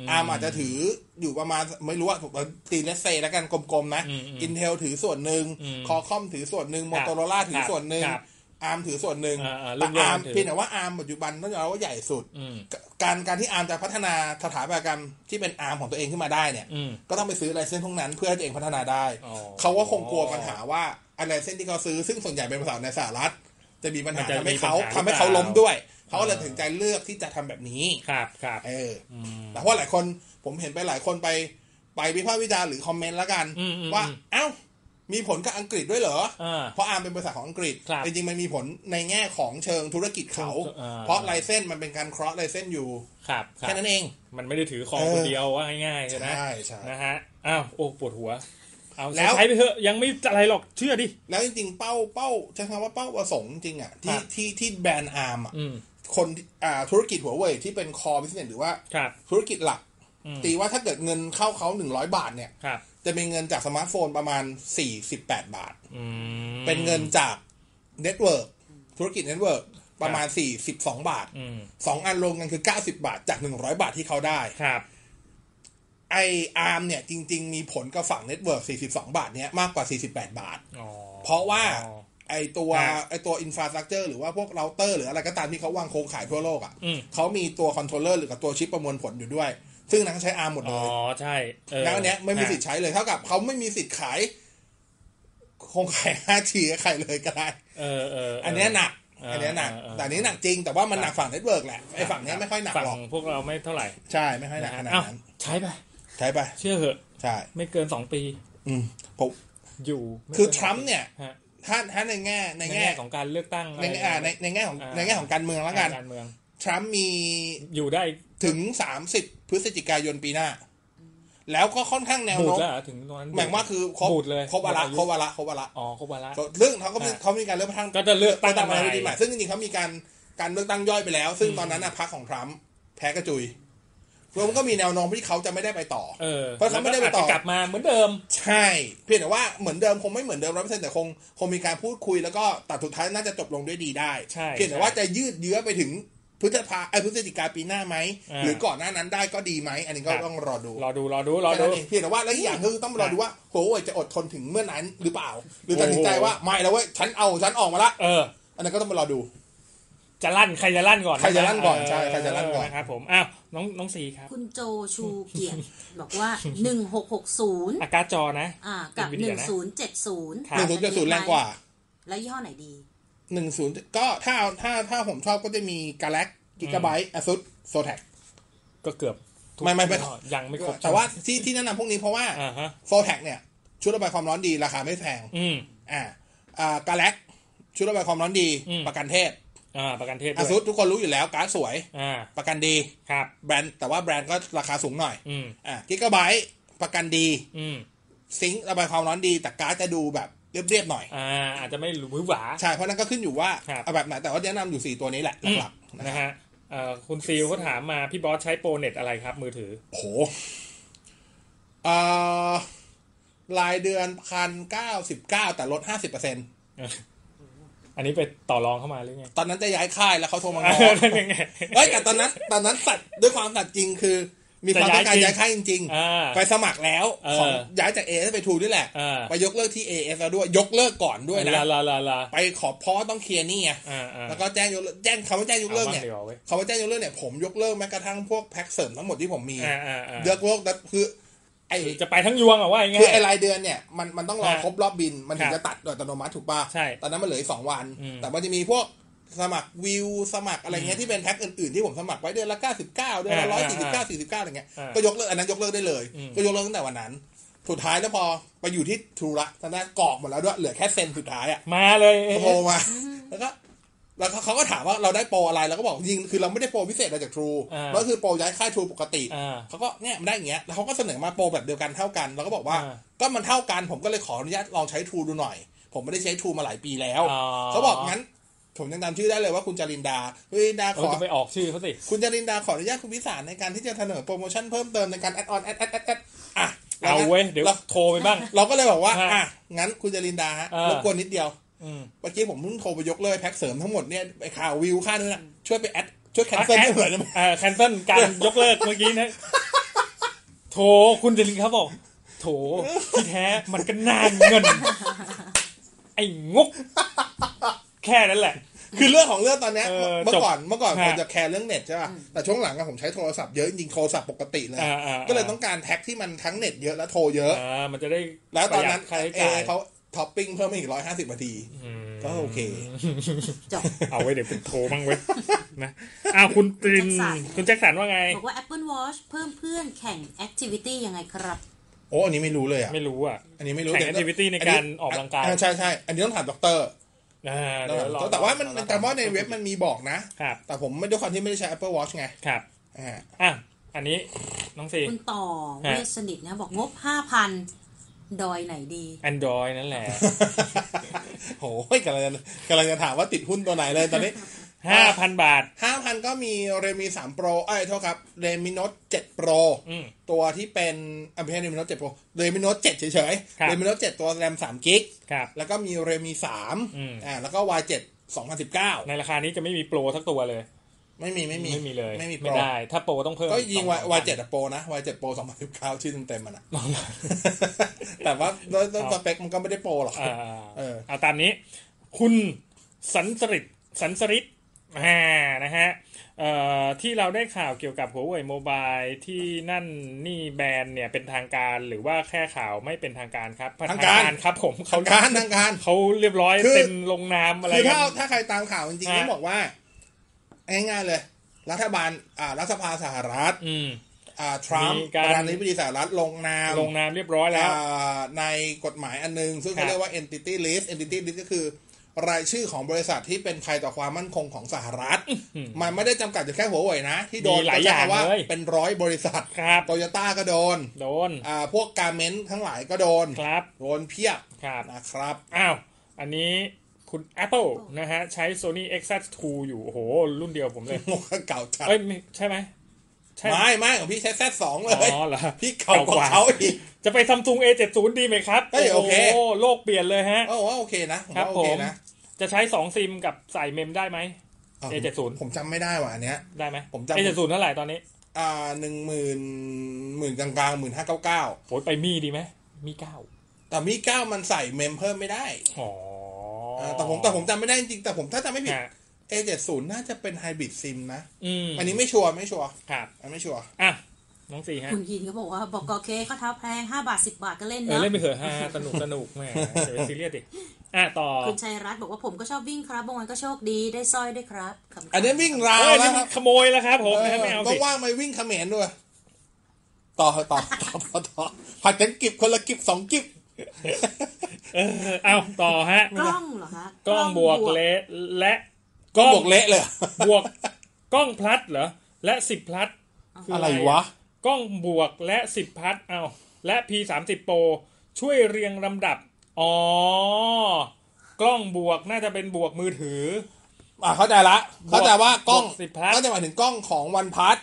อาร์มอาจจะถืออยู่ประมาณไม่รู้ว่าผมตีเลสเซแล้วกันกลมๆนะ
อืมอืม
นเทลถือส่วนหนึ่ง
อืม
คอคอมถือส่วนหนึ่ง
ค
โม
รับ
โตโรล่าถือส่วนหนึ่ง
ครับ
อาร์มถือส่วนหนึ่ง
อ่าๆ
แต่
รุ่นเดียวกั
อาน ร์ม
ถือ
เพียงแต่ว่าอาร์มปัจจุบันต้องยอมรับว่าใหญ่สุด
อืม
การการที่อาร์มจะพัฒนาสถาปัตยกรรมที่เป็นอาร์มของตัวเองขึ้นมาได้เนี่ย
อืม
ก็ต้องไปซื้อลายเส้นพวกนั้นเพื่อให้ตัวเองพัฒนาได้
อ๋อ
เขาก็คงกลัวปัญหาว่าอะไรเส้นที่เขาซื้อซึ่งส่วนใหญ่เป็นภาษาในสหรัฐ จะมีปัญหาทำให้เขาทำให้เขาล้มด้วย เขาก็เลยถึงใจเลือกที่จะทำแบบนี้
ครับครับ
เอออแต่ว่าหลายคนผมเห็นไปหลายคนไปไปวิพากษ์วิจารณ์หรือคอมเมนต์แล้วกัน
อืมอืม
ว่าเอ้ามีผลกับอังกฤษด้วยเหรอ
อ่า
เพราะอาร์มเป็นบริษัทของอังกฤษ
ครับ
จริงๆมันมีผลในแง่ของเชิงธุรกิจเขา
อ่า
เพราะไลายเส้นมันเป็นการเคราะห์ไลายเส้นอยู่
ครับรับ
แค่นั้นเอง
มันไม่ได้ถือของ
เออ
คนเดียวว่าง่ายๆนะ
ใช่ใช่
นะฮะอ้าวโอ้ปวดหัว เอา
แล้
แล้ว
ว
ใช้ไปเถอะยังไม่อะไรหรอกเชื่อดิ
แล้วจริงๆเป้าเป้าใช้คำว่าเป้าประสงค์จริงๆอ่ะ
ครั
ที่
บ
ที่ที่แบรนด์อาร์มอ่ะ
อืม
คนที่อ่าธุรกิจหัวเว่ยที่เป็นคอ u s ส n e s s หรือว่า
ครับ
ธุรกิจหลัก ตีว่าถ้าเกิดเงินเข้าเขาหนึ่งร้อยบาทเนี่ย
ครับ
จะเป็นเงินจากสมาร์ทโฟนประมาณสี่สิบแปดบาท
อืม
เป็นเงินจากเน็ตเวิร์กธุรกิจเน็ตเวิร์กประมาณสี่สิบสองบาท
อืม
สองอันรวมกันคือเก้าสิบาทจากหนึ่งร้อยบาทที่เขาได้
ครับ
ไออาร์มเนี่ยจริง ๆ มีผลกับฝั่งเน็ตเวิร์กสี่สิบสองบาทเนี้ยมากกว่าสี่สิบแปดบาท
อ๋อ
เพราะว่าไอตัว
ฮะ
ไอตัวอินฟราสตรักเจอร์หรือว่าพวกเราเตอร์หรืออะไรก็ตามที่เขาวางโครงข่ายทั่วโลกอ่ะ
อืม
เขามีตัวคอนโทรลเลอร์หรือกับตัวชิปประมวลผลอยู่ด้วย ซึ่งนั้นเขาใช้อาร์มหมดเล
อ๋อย ใช่เออ
แล้วอันเนี้ยไม่มีสิทธิ์ใช้เลยเท่ากับเขาไม่มีสิทธิ์ขายโครงข่าย 5G กับใครเลยก็ได้
เออเออ
อั
อั
นเนี้ยหนัก อันเนี้ยหนัก
เออเออ
แต่อันนี้หนักจริงแต่ว่ามันหนักฝั่งเน็ตเวิร์กแหละไอฝั่งเนี้ยไม่ค่อยหนักหรอก
ฝั่งพวกเราไม่เท่าไหร่
ใช่ไม่ค่อยหนักขนาด
เอ้า
นั้น
ใช้ไป
ใช้ไป
เชื่อเหอะ
ใช่
ไม่เกินสองปี
อืมผม
อยู่ไเกิ
คือน ทรัมป์เนี่ย
ฮะ
ถ้าถ้าในแง่ใน
ใน
แง่
แง่ของการเลือกตั้ง
ในแง่อ่า
อะไร
ในในแง่ของ
อ่า
ในแง่ของการเมืองแล้วกัน
การเมือง
ทรัมป์มี
อยู่ได้
ถึง 30 พฤศจิกายนปีหน้า แล้วก็ค่อนข้างแนว
บูด
โน้ม
แล้วเหรอถึงตรงนั้น
หมายว่าคือครบ
บูดเลย
ครบวาระ
หมดอายุ
ครบวาระครบวาระ
อ๋อครบวาระ
ซึ่งเขาก็มี
อ่า
เขามีการเลือกตั้ง
ก็จะเลือกตั้ง
มา
ใหม่
ใหม่ซึ่งจริงๆเขามีการการเลือกตั้งย่อยไปแล้ว ซึ่งตอนนั้นน่ะพรรคของทรัมป์แพ้กระจุยรวมก็มีแนวโน้มที่เขาจะไม่ได้ไปต่อ
เออ
เพราะเขาไม่ได้ไปต่อ
แล้วก็าจจะกลับมาเหมือนเดิม
ใช่ เพียงแต่ว่าเหมือนเดิมคงไม่เหมือนเดิมร้อยเปอร์เซ็นต์แต่คงคงมีการพูดคุยแล้วก็ตัดสุดท้ายน่าจะจบลงด้วยดีได้
ใช่
เพียงแต่ว่าจะยืดเยื้อไปถึงพฤษภาไอยพฤศจิกาปีหน้าไหม
อ่า
หรือก่อนหน้านั้นได้ก็ดีไหมอันนี้ก็
ครับ
ต้องรอดู
รอดูรอดูรอดู
แค่นั้นเงเพียงแต่ว่าแล้วอีกอย่างคือต้องรอดูว่าโหยจะอดทนถึงเมื่อนั้นหรือเปล่า หรือตัดสินใจว่าไม่แล้วเว้ยฉันเอาฉันออกมาละ
เออ
อันนั้นก็ต้องมารอดู
จะลั่นใครจะลั่นก่อน
ใครจะลั่นก่อน
เ
ใช่ใครจะลั่นก่อน
นะครับผมอ้าวน้องน้องสีครับ
คุณโจชูเกียรติ บอกว่า 1660
อากาศจอนะ
อ่ากับ
Nvidia นะ
1070
ครั
หนึ่
บ
งศูนย์จุดศูนย์แรงกว่า
แล้วยี่ห้อไหนดี
หนึ่งศูนย์ก็ถ้าเอาถ้าถ้าผมชอบก็จะมีกาแล็กกิกะไบต์อซุสโซแท็ก
ก็เกือบทุก
ไม่ไม่ไม่
ยังไม่ครบ
แต่ว่าที่ที่แนะนำพวกนี้เพราะว่า
อ่าฮะ
โฟแท็กเนี่ย ชุดระบายความร้อนดีราคาไม่แพง
อืม
อ่าอ่ากาแล็กชุดระบายความร้อนดี
อืม
ประกันเทศ
อ่าประกันเทพด้
อา
วย
ซุทุกคนรู้อยู่แล้วการ์ดสวย
อ่า
ประกันดี
ครับ
แบรนด์แต่ว่าแบรนด์ก็ราคาสูงหน่อย
อืม
อ่ากิกะไบต์ประกันดี
อืม
ซิงค์ระบายความร้อนดี แต่การ์ดจะดูแบบเรียบๆหน่อย
อ่าอาจจะไม่หรือหวา
ใช่เพราะนั้นก็ขึ้นอยู่ว่า
ครับ
เอาแบบไหนแต่ว่าแนะนำอยู่ 4 ตัวนี้แหละหลักๆนะ
นะครับ ฮะเอ่อคุณฟิลเขาถามมาพี่บอสใช้โปรเน็ตอะไรครับ มือถือ
โอ้โหเอ่อรายเดือนพันเก้าสิบเก้าแต่ลดห้าสิบเปอร์เซ็น
อันนี้ไปต่อรองเข้ามาหรือไง
ตอนนั้นจะย้ายค่ายแล้วเขาโทรมา
เอ
ง้
อ
อ
เป็นยังไง
เอ้ยแต่ตอนนั้นตอนนั้นสัตว์ด้วยความสัตว์จริงคือ มีความต้องการ
จะย้าย
ย้ายค่ายจริง
อ่า
ไปสมัครแล้ว
เออ
ของย้ายจากเอสไปทูนี่แหละ
อ่า
ไปยกเลิกที่เอเอสแล้วด้วยยกเลิกก่อนด้วยนะ
ลาลาลาลา
ไปขอเพราะต้องเคลียร์หนี่ไง
อ่าอ่า
แล้วก็แจ้งยกเลิกแจ้งคำว่าแจ้งยกเลิกเนี่ย
เอาบ้างดีกว่าเว้ย
คำว่าแจ้งยกเลิกเนี่ยผมยกเลิกแม้กระทั่งพวกแพ็กเสริมทั้งหมดที่ผมมี
อ่าอ่าอ่าย
กเลิกแต่คือไอ
จะไปทั้งยวงอ่ะว่าง่า
คือไอย รายเดือนเนี่ยมันมันต้องรอครบรอบบินมันถึง
ครับ
จะตัดโดยอัตโนมัติถูกป่ะ
ใช่
ตอนนั้นมันเหลืออีกสองวัน
อืม
แต่มันจะมีพวกสมัครวิวสมัครอะไรเงี้ยที่เป็นแพ็กอื่นๆที่ผมสมัครไว้เดือนละ99เดือนละ
อ่า
149 49อะไรเงี้ย
อ่า
ก็ยกเลิกอันนั้นยกเลิกได้เลย
อืม
ก็ยกเลิกตั้งแต่วันนั้น สุดท้ายแล้วพอไปอยู่ที่ทูระตอนนั้นกรอกหมดแล้วด้วยเหลือแค่เซ็นสุดท้ายอ่ะ
มาเลยเอ๊ะ
โทรมา แล้วก็แล้วเขาก็ถามว่าเราได้โปรอะไรเราก็บอกจริงคือเราไม่ได้โปรพิเศษอะไรจากทรู
า
ก็คือโปรย้ายค่ายทรูปกติ
อ่า
เขาก็เนี่ยมันได้อย่างเงี้ยแล้วเขาก็เสนอมาโปรแบบเดียวกันเท่ากันเราก็บอกว่า
อ่า
ก็มันเท่ากันผมก็เลยขออนุญาตลองใช้ทรูดูหน่อย ผมไม่ได้ใช้ทรูมาหลายปีแล้ว
อ๋อ
เขาบอกงั้น ผมยังจำชื่อได้เลยว่าคุณจรินดาคุณจรินดา
เอ
ข
อ
อ
จะไปออกชื่อเขาสิ
คุณจรินดาขออนุญาตคุณพิสารในการที่จะเสนอโปรโมชั่นเพิ่มเติมในการแอดออนแอดแอดแอดแอดอ่ะร
เอาเว้ย เดี๋ยว
รา
โทรไปบ้าง
เราก็เลยบอกว่า
ฮะ
อ่ะงั้นคุณจรินดาฮะ
อ่าร ร
บกวนนิดเดียว
อืม
เมื่อกี้ผมเพิ่งโทรไปยกเลิกแพ็กเสริมทั้งหมดเนี่ยไอ้ข่าววิวค่านู้นน่ะช่วยไปแอดช่วยแคนเซิลได้เหมือนกันไหม
เออแคนเซิลการยกเลิกเมื่อกี้นะ โถคุณจริงครับบอก โถที่แท้มันก็นานเงิน ไอ้งก แค่นั้นแหละ
คือเรื่องของเรื่องตอนเนี้ย
เออ
เมื่อก่อน
จบ
เมื่อก่อน
ฮะ
ผมจะแคร์เรื่องเน็ตใช่ป่ะแต่ช่วงหลังอะผมใช้โทรศัพท์เยอะจริงๆโทรศัพท์ปกติเลย
อ่าอ่าอ่า
ก็เลยต้องการแท็กที่มันทั้งเน็ตเยอะและโทรเยอะ
อ่ามันจะได้
แล้วตอนนั้น
ประหยัดค่าใช้
เอ
จ่าย
เขาท็อปปิ้งเพิ่มมาอีกร้อยห้าสิบนาที ก็โอเค
จบ
เอาไว้เดี๋ยวคุณโทรบ้างเว้ยนะอ้าวคุณตริน
แจ็คสัน
คุณแจ็คสันว่าไง
บอกว่า Apple Watch เพิ่มเพื่อนแข่ง Activity ยังไงครับ
โอ้อันนี้ไม่รู้เลยอ่ะ
ไม่รู้อ่ะ
อันนี้ไม่รู้
แข่ง
เดี๋ยว
activity ใน
อั
การออกกำลังกาย
ใช่ใช่อันนี้ต้องถามด็อกเตอร์
อ่าเดี๋ยวรอ
แต่ว่ามัน
รอรอ
แต่ว่าในเว็บมันมีบอกนะครับ แต่ผมไม่ด้วยความที่ไม่ได้ใช้ Apple Watch ไง
ครับ
อ่า
อ่ะอันนี้น้องซี
คุณต่อ
ฮะ
เวชสนิทนะบอกงบ 5,000 ดอยไหนดี
แอนดรอยนั่นแหละ
โหยกำลังจะกำลังจะถามว่าติดหุ้นตัวไหนเลยตอนนี้
ห้าพันบาท
ห้าพันก็มีเรมีสามโปรเอ้ยโทษครับเรมิโนตเจ็ดโปร
อืม
ตัวที่เป็นอัมเพนเรมิโนตเจ็ดโปรเรมิโนตเจ็ดเฉย
ค
ๆ
รับ
เรมิโนตเจ็ดตัวแรมสามกิก
ครับ
แล้วก็มีเรมีสาม
อืม
อ่าแล้วก็วายเจ็ดสองพันสิบเก้า
ในราคานี้จะไม่มีโปรทักตัวเลย
ไม่มีไม่มี
ไม่มีเลย
ไม่มีโปร
ไม่ได้ ถ้าโปรต้องเพิ่ม
ก็ยิงวาย
2,000
วายเจ็ดอะโปรนะวายเจ็ดโปรสองพันสิบเก้าชื่อเต็มๆมันอะ แต่ว่าด้วยด้วยสเปคมันก็ไม่ได้โปรหรอก
อ่า
เออ
เอาตามนี้ คุณสันสริตสันสริตอ่านะฮะเอ่อที่เราได้ข่าวเกี่ยวกับหัวเว่ยโมบายที่นั่นนี่แบรนด์เนี่ยเป็นทางการหรือว่าแค่ข่าวไม่เป็นทางการครับ
ทางการ
ครับผมเขา
ทางการทางการ
เขาเรียบร้อย
คือ
เซ็นลงนามอะไร
คือ
กั
ถ้าน เอาถ้าใครตามข่าวจริงๆ
ฮะ
ต้องบอกว่า ง่ายๆเลย รัฐบาลอ่ารัฐสภาสหรัฐ
อืม
อ่าทรัม
มี
ป์ป
การ
ระธานาธิบดีสหรัฐลงนาม
ลงนามเรียบร้อยแล้ว
อ่าในกฎหมายอันหนึง ซึ่ง
ครั
เขา
บ
เรียกว่า entity list entity list ก็คือ รายชื่อของบริษัทที่เป็นภัยต่อความมั่นคงของสหรัฐ มันไม่ได้จำกัดอยู่แค่หัวเว่ยนะ ที่โดน
มีหลายอย่าง
ก็จะว่า
เลย
เป็นร้อยบริษัท
ครับ
โตโยต้าก็โดน
โดน
อ่าพวกการเมนต์ทั้งหลายก็โดน
ครับ
โดนเพียบ
ครับ
นะครับ
อ้าว อันนี้คุณ Apple นะฮะ ใช้ Sony Xs 2อยู่ โอ้โห รุ่นเดียวผมเลย
เก่าจัด
เอ้ยไม่ใช่ไหม ใช่
ไม่ไม่ของพี่ใช้แซดสองเลย
อ๋อเหรอ
พี่เก่ากว่าเขาอีก
จะไป Samsung A70 ดีไหมครับ
เอ้ยโอเค
หโลกเปลี่ยนเลยฮะ
เออว่าโอเคนะผม
ครับ
ว่าโอ
ผ
เค
ม
นะ
จะใช้ 2 ซิมกับใส่เมมได้ไหม
า
A70
ผมจำไม่ได้ว่ะอันเนี้ย
ได้ไหม
ผมจำ
A70 เท่าไหร่ตอนนี้
อ่าหนึ่งหมื่นหมื่นกลางๆหมื่นห้าเก้าเก้า
โหไปมีดีไหม มีเก้า
แต่มีเก้ามันใส่เมมเพิ่มไม่ได้
อ๋อา
แต่ผมแต่ผมจำไม่ได้จริงๆแต่ผมถ้าจำไม่ผิด
ฮะ
A70 น่าจะเป็นไฮบริดซิมนะ
อืม
อันนี้ไม่ชัวร์ไม่ชัวร์
ครับ
อันไม่ชัวร์
อ่ะน้องสี่ฮะ
คุณยินก็บอกว่าบอกกอเคก็เท้าแพง 5 บาท 10 บาทก็เล่น
เออ
เนาะ
เล่นไปเถอะฮะส นุกสนุกแหม่อย่าไปซีเรียสดิอ่ะต่อ
คุณชัยรัตน์บอกว่าผมก็ชอบวิ่งครับบางวันก็โชคดีได้สร้อยด้วยครับขำๆ
อันนี้วิ่งราว
เอ้ย
แล้วครั
นี่มั
บ
นขโมยแล้วครับผม
เอ
นะ
อ
ฮะไม่เอา
ต้อ
สิ
งว่างไปวิ่งเขมรด้วยต่อเถอะต่อต่อต่อต่อผัดกันกิบคนละกิบสองกิบ
เออเอาต่อฮะ
กล้องเหรอคะ
กล้องบวกเละและ
ก็บวกเละเลยเหรอ
บวกกล้องพลัดเหรอ และสิบพลัดคื
อะไรวะ
กล้องบวกและสิบพลัดเอาและ P สามสิบโปรช่วยเรียงลำดับ อ๋อ กล้องบวกน่าจะเป็นบวกมือถือ
อ่ะเข้าใจละเข้าใจว่ากล้อง
บวก10 plus
ก็จะหมายถึงกล้องของวันพัท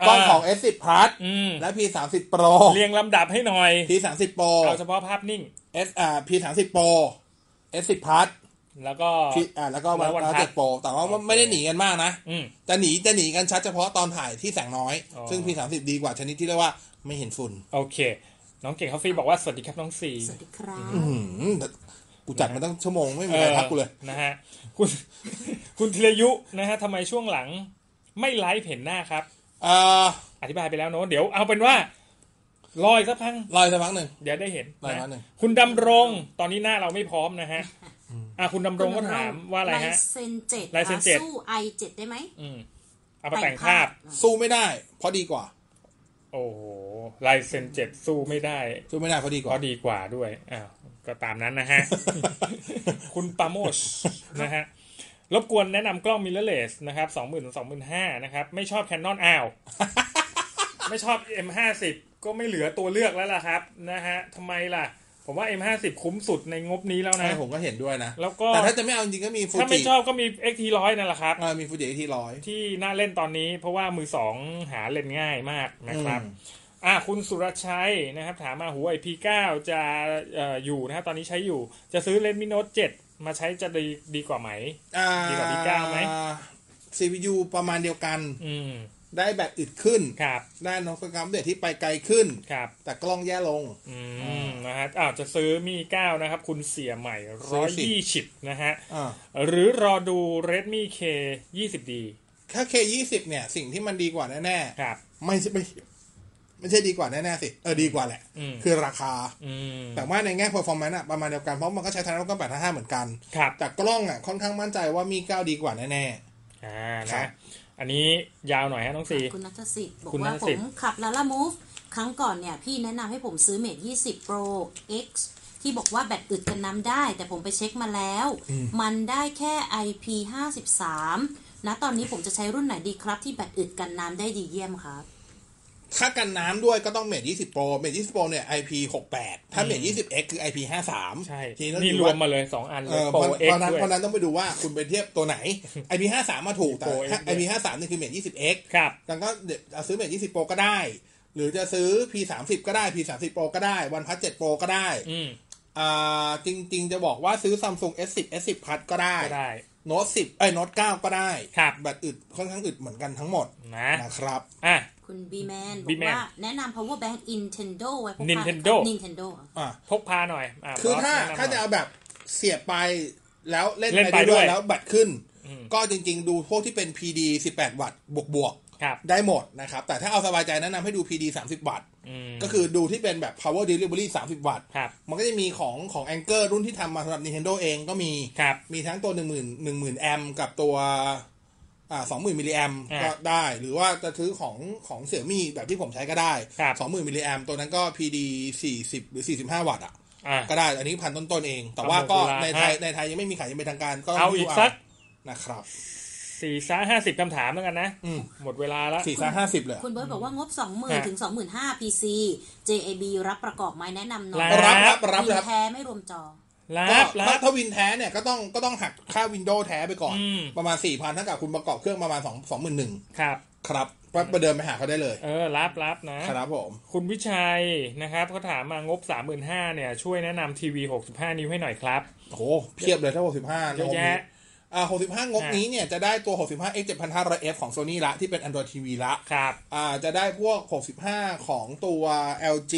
อ่าก
ล้องของ S10 พัท
อืม
และ P30 Pro
เรียงลำดับให้หน่อย
P30 Pro
เอาเฉพาะภาพนิ่ง
S อ่า P30 Pro S10 พัท
แล้วก็
อ่าแล้วก็วัน
แล้ว OnePlus
เจ็ดโปรแต่ว่าไม่ได้หนีกันมากนะ
อืม
จะหนีจะหนีกันชัดเฉพาะตอนถ่ายที่แสงน้อย
อ๋อ
ซึ่ง P30 ดีกว่าชนิดที่เรียกว่าไม่เห็นฝุ่น
โอเค น้องเก่งคอฟฟี่บอกว่าสวัสดีครับน้องสี่
สวัสดีครับ
อืมแต่กูจัดมาตั้งชั่วโมงไม่มีใครทักกูเลย
ออนะฮะคุณ คุณธีรยุนะฮะทำไมช่วงหลังไม่ไลฟ์เห็นหน้าครับ
เอ่อ
อธิบายไปแล้วเนอะเดี๋ยวเอาเป็นว่า รออีกสักพัก
รออีกสักพักหนึ่ง
เดี๋ยวได้เห็น
รออีก
นะ
พักหนึ่ง
คุณดำรงตอนนี้หน้าเราไม่พร้อมนะฮะอ่ะคุณดำรงก็ถามว่าอะไร
ลา
ฮะ
ยเซนเจ็ด
ลายเซ็นเจ็ด
สู้ไอเจ็ดได้ไหม
อืมเอามาแต่งภาพ
สู้ไม่ได้ เพราะดีกว่า
โอ้โห ลายเซ็นเจ็ดสู้ไม่ได้
ช่วยไม่ได้พอดีก
ก็
ว่า
ดีกว่าด้วย อ้าว ก็ตามนั้นนะฮะ คุณปาโมช นะฮะ รบกวนแนะนำกล้องมิเ r เลสนะครับสองหมื่นสองหมื่นห้านะครับ ไม่ชอบแคนนอนอ้าว ไม่ชอบ M50 ก็ไม่เหลือตัวเลือกแล้วล่ะครับ นะฮะทำไมล่ะ ผมว่า M50 คุ้มสุดในงบนี้แล้วนะ
ใช่ผมก็เห็นด้วยนะ
แล้วก็
แต่ถ้าจะไม่เอาจริงก็มีฟู
ถ้า
จิ
ไม่ชอบก็มี XT100 นั่นแหละครับ
เออมีฟูจิที่ร้อย
ที่น่าเล่นตอนนี้เพราะว่ามือสองหาเล่นง่ายมากนะครับ อ่าคุณสุรชัยนะครับ ถามมาหัวไอพีเก้าจะเอ่ออยู่นะครับ ตอนนี้ใช้อยู่ จะซื้อเลนมิโนตเจ็ดมาใช้จะดีดีกว่าไหม
อ่า
ดีกว่า P9 ไหม
CPU ประมาณเดียวกัน
อืม
ได้แบตอึดขึ้น
ครับ
ได้นวัตกรรมเด็ดที่ไปไกลขึ้น
ครับ
แต่กล้องแย่ลง
อืมนะฮะอ้าวจะซื้อมีเก้านะครับ คุณเสียใหม่
ซื้
ร้อ
อย สิ
ยี่สิบนะฮะ
อ่า
หรือรอดู Redmi K ยี่สิบดี
ถ้า K ยี่สิบเนี่ย สิ่งที่มันดีกว่าแน่
ครับ
ๆ ไม่ใช่ไม่ไม่ใช่ดีกว่าแน่ๆสิ เออดีกว่าแหละ
อืม
คือราคา
อืม
แต่ว่าในแง่ performance อะประมาณเดียวกัน เพราะมันก็ใช้ทั้งกล้องแปดห้าเหมือนกัน
ครับ
แต่กล้องอะค่อนข้างมั่นใจว่ามีเก้าดีกว่าแน่
อ่า
ครั
นะ
บ
อันนี้ยาวหน่อยฮะน้องสี
คุณนัทสิทธิ์บอก
คุณนั
ว่า
ท
ผ
สิท
ม
ธิ์
ขับลาล่ามูฟครั้งก่อนเนี่ย พี่แนะนำให้ผมซื้อเมท20 Pro X ที่บอกว่าแบตอึดกันน้ำได้ แต่ผมไปเช็คมาแล้ว มันได้แค่ IP 53นะตอนนี้ผมจะใช้รุ่นไหนดีครับ ที่แบตอึดกันน้ำได้ดีเยี่ยมครับ
ๆ ถ้ากันน้ำด้วยก็ต้องเมท20 Pro เมท20 Pro เนี่ย IP 68ถ้าเมท20 X คือ IP 53
ใช่
ทีต้อง
นี่
ดู
รว
ว่า
มมาเลยสองอัน
เอ
เลย
อ
โป
เพ
ร
ราะ
เอ็ก
เพราะนั้น
ด้วย
เพราะนั้นต้องไปดูว่าคุณไปเทียบตัวไหน IP53 มาถูกแต่
Pro X ด้วย
IP53 นี่คือเมท 20x
ครับ
กันก็เดี๋ยวเอาซื้อเมท 20 Pro ก็ได้ หรือจะซื้อ P30 ก็ได้ P30 Pro ก็ได้วันพัท7 Pro ก็ได้
อืม
อ่าจริง ๆ จะบอกว่าซื้อ Samsung S10 S10 Plus ก็ได้
ก็ได้
Note 10เอ้ย Note 9 ก็ได้
ครับ
แบตอึดค่อนข้างอึดเหมือนกันทั้งหมด
นะ
นะครับ
อ่ะ
คุณ B-Man บอก
B-Man
ว่าแนะนำ power bank Nintendo ไว้พกพา
Nintendo
Nintendo เหรอ
อ่ะ
พกพาหน่อยอ่ะ
คือถ้า
บสแนนำ
ถ้าจะ
หน่อย
เอาแบบเสียบไปแล้วเล่น
เล่น
ไป
ไป
ด้วย
ด้วย
แล้วแบัตรขึ้น ก็จริง ๆ ดูพวกที่เป็น PD 18 วัตต์บวกๆ
ครับ
ได้หมดนะครับ แต่ถ้าเอาสบายใจแนะนำให้ดู PD 30 วัตต์
อืม
ก็คือดูที่เป็นแบบ power delivery 30 วัตต์
ครับ
มันก็จะมีของของ Anchor รุ่นที่ทำมาสำหรับ Nintendo เองก็มี
ครับ
มีทั้งตัว 10,000 10,000แอมป์กับตัวอ่า20,000มิลลิแอมป์
อ่า
ก็ได้ หรือว่าจะซื้อของของเสี่ยมี่แบบที่ผมใช้ก็ได้
ครับ
20,000มิลลิแอมป์ตัวนั้นก็ PD 40 หรือ 45 วัตต์อ่ะ
อ่ะ
ก็ได้ อันนี้พันต้นๆเอง แต่ว่าก็
ตาม
ใน
โรงพยาบาล
ไทย
ฮะ
ในไทยยังไม่มีขายยังเป็นทางการก็
เอา
ต้ง
อีก
ดู
สัก
นะครับ
สี่ซาห้าสิบคำถามแล้วกันนะ
อืม
หมดเวลาแล้ว
สี่สห้าสิบเลย
คุณเบิร์ตบอกว่างบ 20,000 ถึง 25,000 PC JAB รับประกอบไหมแนะนำหน่อย
รับ
รับรับรับ
มี
รับ
แท้ไม่รวมจอ
รั
ก็
บรั
ถ้า
บ
ถ้าวินแท้เนี่ยก็ต้องก็ต้องหักค่าวินโดว์แท้ไปก่อน
อืม
ประมาณสี่พันเท่ากับคุณประกอบเครื่องประมาณสองสองหมื่นหนึ่ง
ครับ
ครับก็ไปเดินไปหาเขาได้เลย
เออ รับรับนะ
ครับผม
คุณวิชัยนะครับเขาถามมางบสามหมื่นห้าเนี่ย ช่วยแนะนำทีวีหกสิบห้านิ้วให้หน่อยครับ
โห เพียบเลยถ้าหกสิบห้า
เยอะแยะ
อ่าหกสิบห้างบนี้เนี่ยจะได้ตัว 65 x 7500 f ของ Sony ละ ที่เป็น Android TV ละ
ครับ
อ่าจะได้พวก 65 ของตัว LG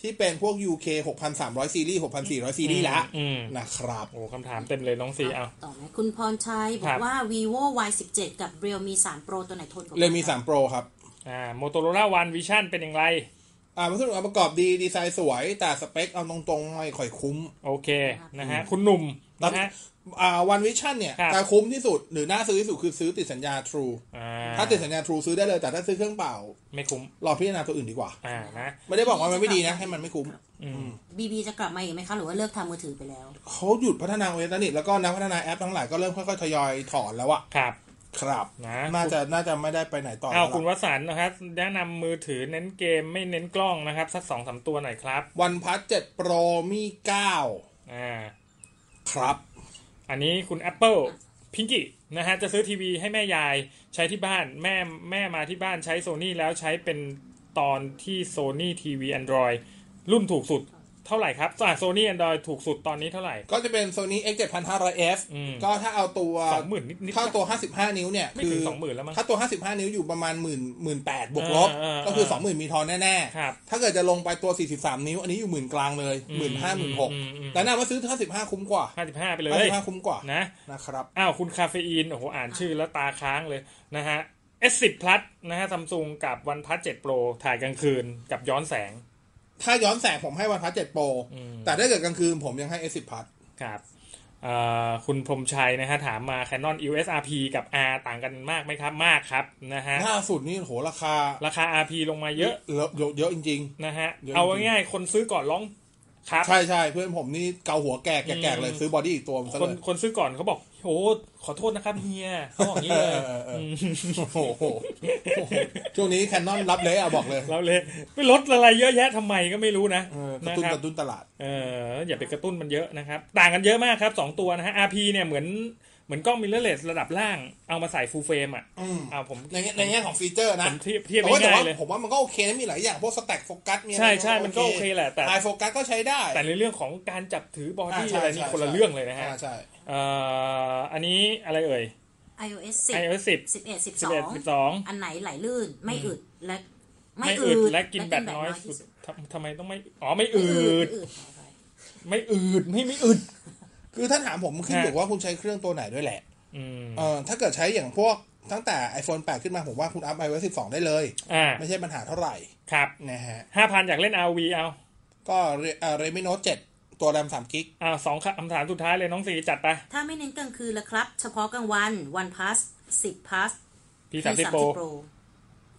ที่เป็นพวก UK 6,300 ซีรีส์6,400 ซีรีส์ละ
อืม
นะครับ
โอ้คำถามเต็มเลยน้องสีเอา
ต่อไหมคุณพรชัยบอ
ครั
ก
บ
ว่า vivo y 1 7กับ realme 3 pro ตัวไหนทนกว่ากัน
เลยมี 3 Pro ครับ
อ่าโมโตโรล่าวันวิชั่นเป็นอย่างไร
อ่าวัสดุประกอบดี ดีไซน์สวย แต่สเปคเอาตรงๆไม่ค่อยคุ้ม
โอเคนะฮะ คุณหนุ่มนะฮะ
อ่าวันวิชั่นเนี่ย
ครับ
จะคุ้มที่สุดหรือน่าซื้อที่สุดคือซื้อติดสัญญา True
อ่า
ถ้าติดสัญญา True ซื้อได้เลย แต่ถ้าซื้อเครื่องเปล่า
ไม่คุ้ม
รอพิจารณาตัวอื่นดีกว่า
อ่านะ
ไม่ได้บอกว่ามันไม่ดีนะ ให้มันไม่คุ้ม
BB จะกลับมาอีกไหมคะ หรือว่าเลิกทำมือถือไปแล้ว
เขาหยุดพัฒนาเวทนิตแล้วก็นักพัฒนาแอปทั้งหลายก็เริ่มค่อยๆ ทยอยถอนแล้วอะ
ครับ
ครับ
นะ
น่าจะน่าจะไม่ได้ไปไหนต่อ
อ้า
แล้ว ว
คุณวสันต์นะครับแนะนำมือถือเน้นเกมไม่เน้นกล้องนะครับ สักสองสามตัวหน่อยครับ
วันพัทเจ็ดโปรมีเก้า
อ่า
ครับ
อันนี้คุณ Apple พิงกี้นะฮะ จะซื้อทีวีให้แม่ยายใช้ที่บ้านแม่แม่มาที่บ้านใช้โซนี่แล้วใช้เป็นตอนที่โซนี่ทีวี Android รุ่นถูกสุดเท่าไหร่ครับโซนี่ Android ถูกสุดตอนนี้เท่าไหร่
ก็จะเป็น Sony X 7500 F
อืม
ก็ถ้าเอาตัว
สองหมื่นนิดๆ
ถ้าเอาตัว 55 นิ้วเนี่ย
ไม่ถึงสองหมื่นแล้วมั้ง
ถ้าตัว 55 นิ้วอยู่ประมาณหมื่นหมื่นแปดบวกลบ
เออเออเออ
ก็คือ 20,000 มีทอนแน่
ครับ
ถ้าเกิดจะลงไปตัว 43 นิ้ว อันนี้อยู่หมื่นกลางเลยหมื่นห้าหมื่นหก
อืมอืม
แต่น่าว่าซื้อ 55 คุ้มกว่า
ห้าสิบห้าไปเลย
55 คุ้มกว่า
นะ
นะครับ
อ้าวคุณคาเฟอีนโอ้โหอ่านชื่อแล้วตาค้างเลยนะฮะ S10 Plus นะฮะซัมซุงกับ OnePlus 7 Pro ถ่ายกลางคืนกับย้อนแสง
ถ้าย้อนแสงผมให้วันพัท7 Pro แต่ถ้าเกิดกลางคืนผมยังให้ S10 พัท
ครับ เอ่อคุณพรหมชัยนะฮะถามมา Canon EOS RP กับ R ต่างกันมากไหมครับ มากครับนะฮะ
ล่าสุดนี่โหราคา
ราคา RP ลงมาเยอะ
เยอะเยอะจริง
นะฮะ
เยอะจริง
เอาง่ายๆคนซื้อก่อนร้องครับ
ๆ ใช่ใช่เพื่อนผมนี่เกาหัวแก่แก่ๆเลยซื้อบอดี้อีกตัวมันซะ
ค
เล
น
ย
คนซื้อก่อนเขาบอกโอ้ขอโทษนะครับเฮียเขาบอกอย่างนี้
เออ
เล
ย เออเออโอ้โหช่วงนี้แคนนอนรับเลยอะบอกเลย
เราเลยไม่ลดอะไรเยอะแยะทำไมก็ไม่รู้นะ
เออกระ
นะ
ตุ้น
ครั
ก
บ
ระตุ้นตลาด
เอออย่าไปกระตุ้นมันเยอะนะครับ ต่างกันเยอะมากครับสองตัวนะฮะ RP เนี่ยเหมือนเหมือนกล้องมิเรอร์เลสระดับล่างเอามาใส่ฟูลเฟรมอ่ะ
อืม
เอาผม
ในแง่ในแง่ของฟีเจอร์
ผ
นะ
มเทียบเทียบ
แต่ว่าแต่
ง่าย
ว่า
ๆเลย
ผมว่ามันก็โอเคนะมีหลายอย่างพวกสแต็กโฟกัสมีอะไร
ใช่ใช่มันก็โอเคแหละแต่
ไอโฟกัสก็ใช้ได้
แต่ในเรื่องของการจับถือบอ
อ่า
ดี้
ใช่
อะไรนี่
ใช่
คนละ
ใช่
เรื่องเลยนะฮะ
อ่าใช่
เอ่ออันนี้อะไรเอ่ย
iOS
iOS 10
10 11
11
12
12
อันไหนไหลลื่นไม่อึดและไม่
ไม่
อื
อื
ด
ดและกินแบบน้อยสุ
ที่
ดทำทำไมต้องไม่อ๋อไม่อืด
ไม่อืดขออภัย
ไม่อืดไม่ไม่อืด
คือถ้าถามผมขึ้น
ฮะ
อยู่ว่าคุณใช้เครื่องตัวไหนด้วยแหละ
อืม
เออถ้าเกิดใช้อย่างพวกตั้งแต่ iPhone 8 ขึ้นมาผมว่าคุณอัพ iOS 12 ได้เลย
อ่า
ไม่ใช่ปัญหาเท่าไหร่
ครับ
นะฮะ
ห้าพันอยากเล่น RV เอา
ก็เรมิโนเจ็ดตัวแรมสามกิก
อ่าสองคำถามสุดท้ายเลยน้องสีจัดไป
ถ้าไม่เน้นกลางคืนละครับ เฉพาะกลางวัน one plus 10 plus
พีสามสิบโปร
Pro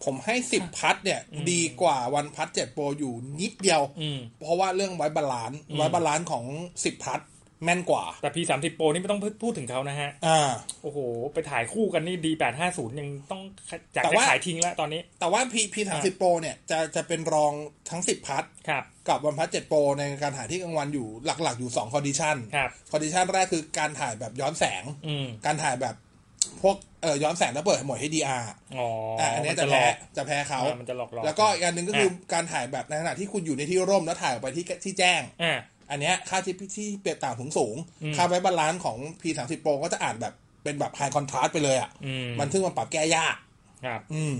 ผมให้สิบพัทเนี่ย ดีกว่าวันพัทเจ็ดโปรอยู่นิดเดียว
อืม
เพราะว่าเรื่องไว้บาลานซ์ไว้บาลานซ์ของสิบพัทแม่นกว่า
แต่พีสามสิบโปรนี่ไม่ต้องพูดถึงเขานะฮะ
อ่า
โอ้โห ไปถ่ายคู่กันนี่ดีแปดห้าศูนย์ยังต้องอยาก
แต่
จะ
ว่า
ขายทิ้งแล้วตอนนี้
แต่ว่าพีพีสามสิบโปรเนี่ย จะจะเป็นรองทั้งสิบพัท
ครับ
กับวันพัทเจ็ดโปรในการถ่ายที่กลางวันอยู่หลักๆอยู่สองคอดิชัน
ครับ
คอดิชันแรกคือการถ่ายแบบย้อนแสง
อืม
การถ่ายแบบพวกเอ่อย้อนแสงแล้วเปิดโหมด HDR
อ๋อ
อ่ะอันเนี้ยจะ
หล
แพ้
อก
จะแพ้เขา
อ่ามันจะหลอกหลอก
แล้วก็อีกอันหนึ่งก็คือ
ฮะ
การถ่ายแบบในขณะที่คุณอยู่ในที่ร่มแล้วถ่ายออกไปที่ที่แจ้ง
อ่า
อันเนี้ยค่าที่ที่เปรียบต่างสูงสูงๆ
อืม
ค่าไว้บาลานซ์ของ P 3 0 Pro ก็จะอ่านแบบเป็นแบบไฮคอนทราสต์ไปเลยอ่ะ
อืม
มันซึ่งมันปรับแก้ยาก
ครับ
อืม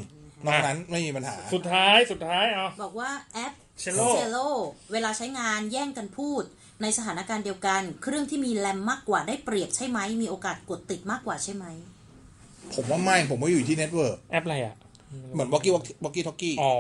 นอกนั้นไม่มีปัญหา
สุดท้ายสุดท้ายเอา
บอกว่าแอป
Cello
เซโลเวลาใช้งานแย่งกันพูด ในสถานการณ์เดียวกัน เครื่องที่มีแรมมากกว่าได้เปรียบใช่ไหม มีโอกาสกดติดมากกว่าใช่ไหม
ผมว่าไม่ผมว่าอยู่ที่เน็ตเวิร์ก
แอปอะไรอ่ะ
เหมือนบอกกี้บอกกี้ทอกกี้
อ๋อ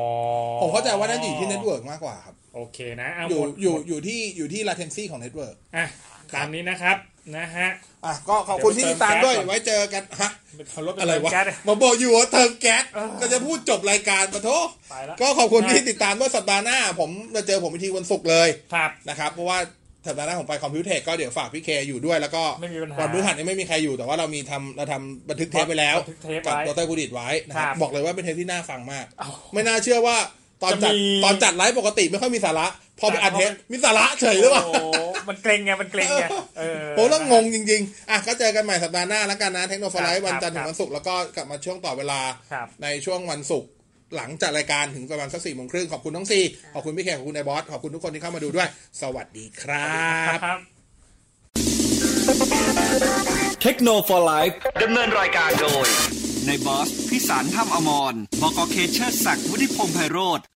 ผมเข้าใจว่าน่าจะอยู่ที่เน็ตเวิร์กมากกว่าครับ
โอเคนะเอา
อยู่
หมด
อยู่อยู่ที่อยู่ที่ latency ของเน็ตเวิร์ก
อ่ะตามนี้นะครับนะฮะ
อ่ะก็ขอบคุณที่ติดตามด้วย
เดี๋ยวเติมแก๊ส
ไว้เจอกัน
ก่อน
ฮะ
เขาลด
อะไรวะ
แก๊สเนี่ย
มาบอกอยู่ว่าเติมแก๊สก็จะพูดจบรายการปะโท
ไปละ
ก็ขอบคุณ
ใช่
ที่ติดตามด้วยสัปดาห์หน้า ผมจะเจอผมอีกทีวันศุกร์เลย
ครับ
นะครับ เพราะว่าสัปดาห์หน้าผมไปคอมพิวเทคก็เดี๋ยวฝากพี่เคอยู่ด้วยแล้วก็
ไม่มีปัญหา
วันพฤหัสนี้ไม่มีใครอยู่แต่ว่าเรามีทำเราทำบันทึกเทปไปแล้ว
บันทึกเทปไว้
กับตัวเต้ยกูดิดไว้นะค
ครั
รับบ บอกเลยว่าเป็นเทปที่น่าฟังมาก ไม่น่าเชื่อว่าตอนจัด
จะมี
ตอนจัดไลฟ์ปกติไม่ค่อยมีสาระ พอไปอัด
แต่พอ
เทปมีสาระเฉยหรือเปล่า
โอ้โหมันเกรงไง มันเกรงไงเออ
โอ้แล้วงงจริง ๆ อ่ะก็เจอกันใหม่สัปดาห์หน้าแล้วกันนะเทคโนโลยี
ครับ
วันจันทร์
ค
ถึง
รับ
วันศุกร์แล้วก็กลับมาช่วงต่อเวลา
ครับ
ในช่วงวันศุกร์หลังจากรายการถึงประมาณสักสี่โมงครึ่งขอบคุณน้องซีขอบคุณพี่แขกขอบคุณนายบอส ขอบคุณทุกคนที่เข้ามาดูด้วย สวัสดีครับ
ครับ
เทคโนโลยี
ดำเนินรายการโดย
ในบอสพิสารถ้ำอมรบอกอเคเชอร์ศักดิ์วุฒิพงษ์ไพโรธ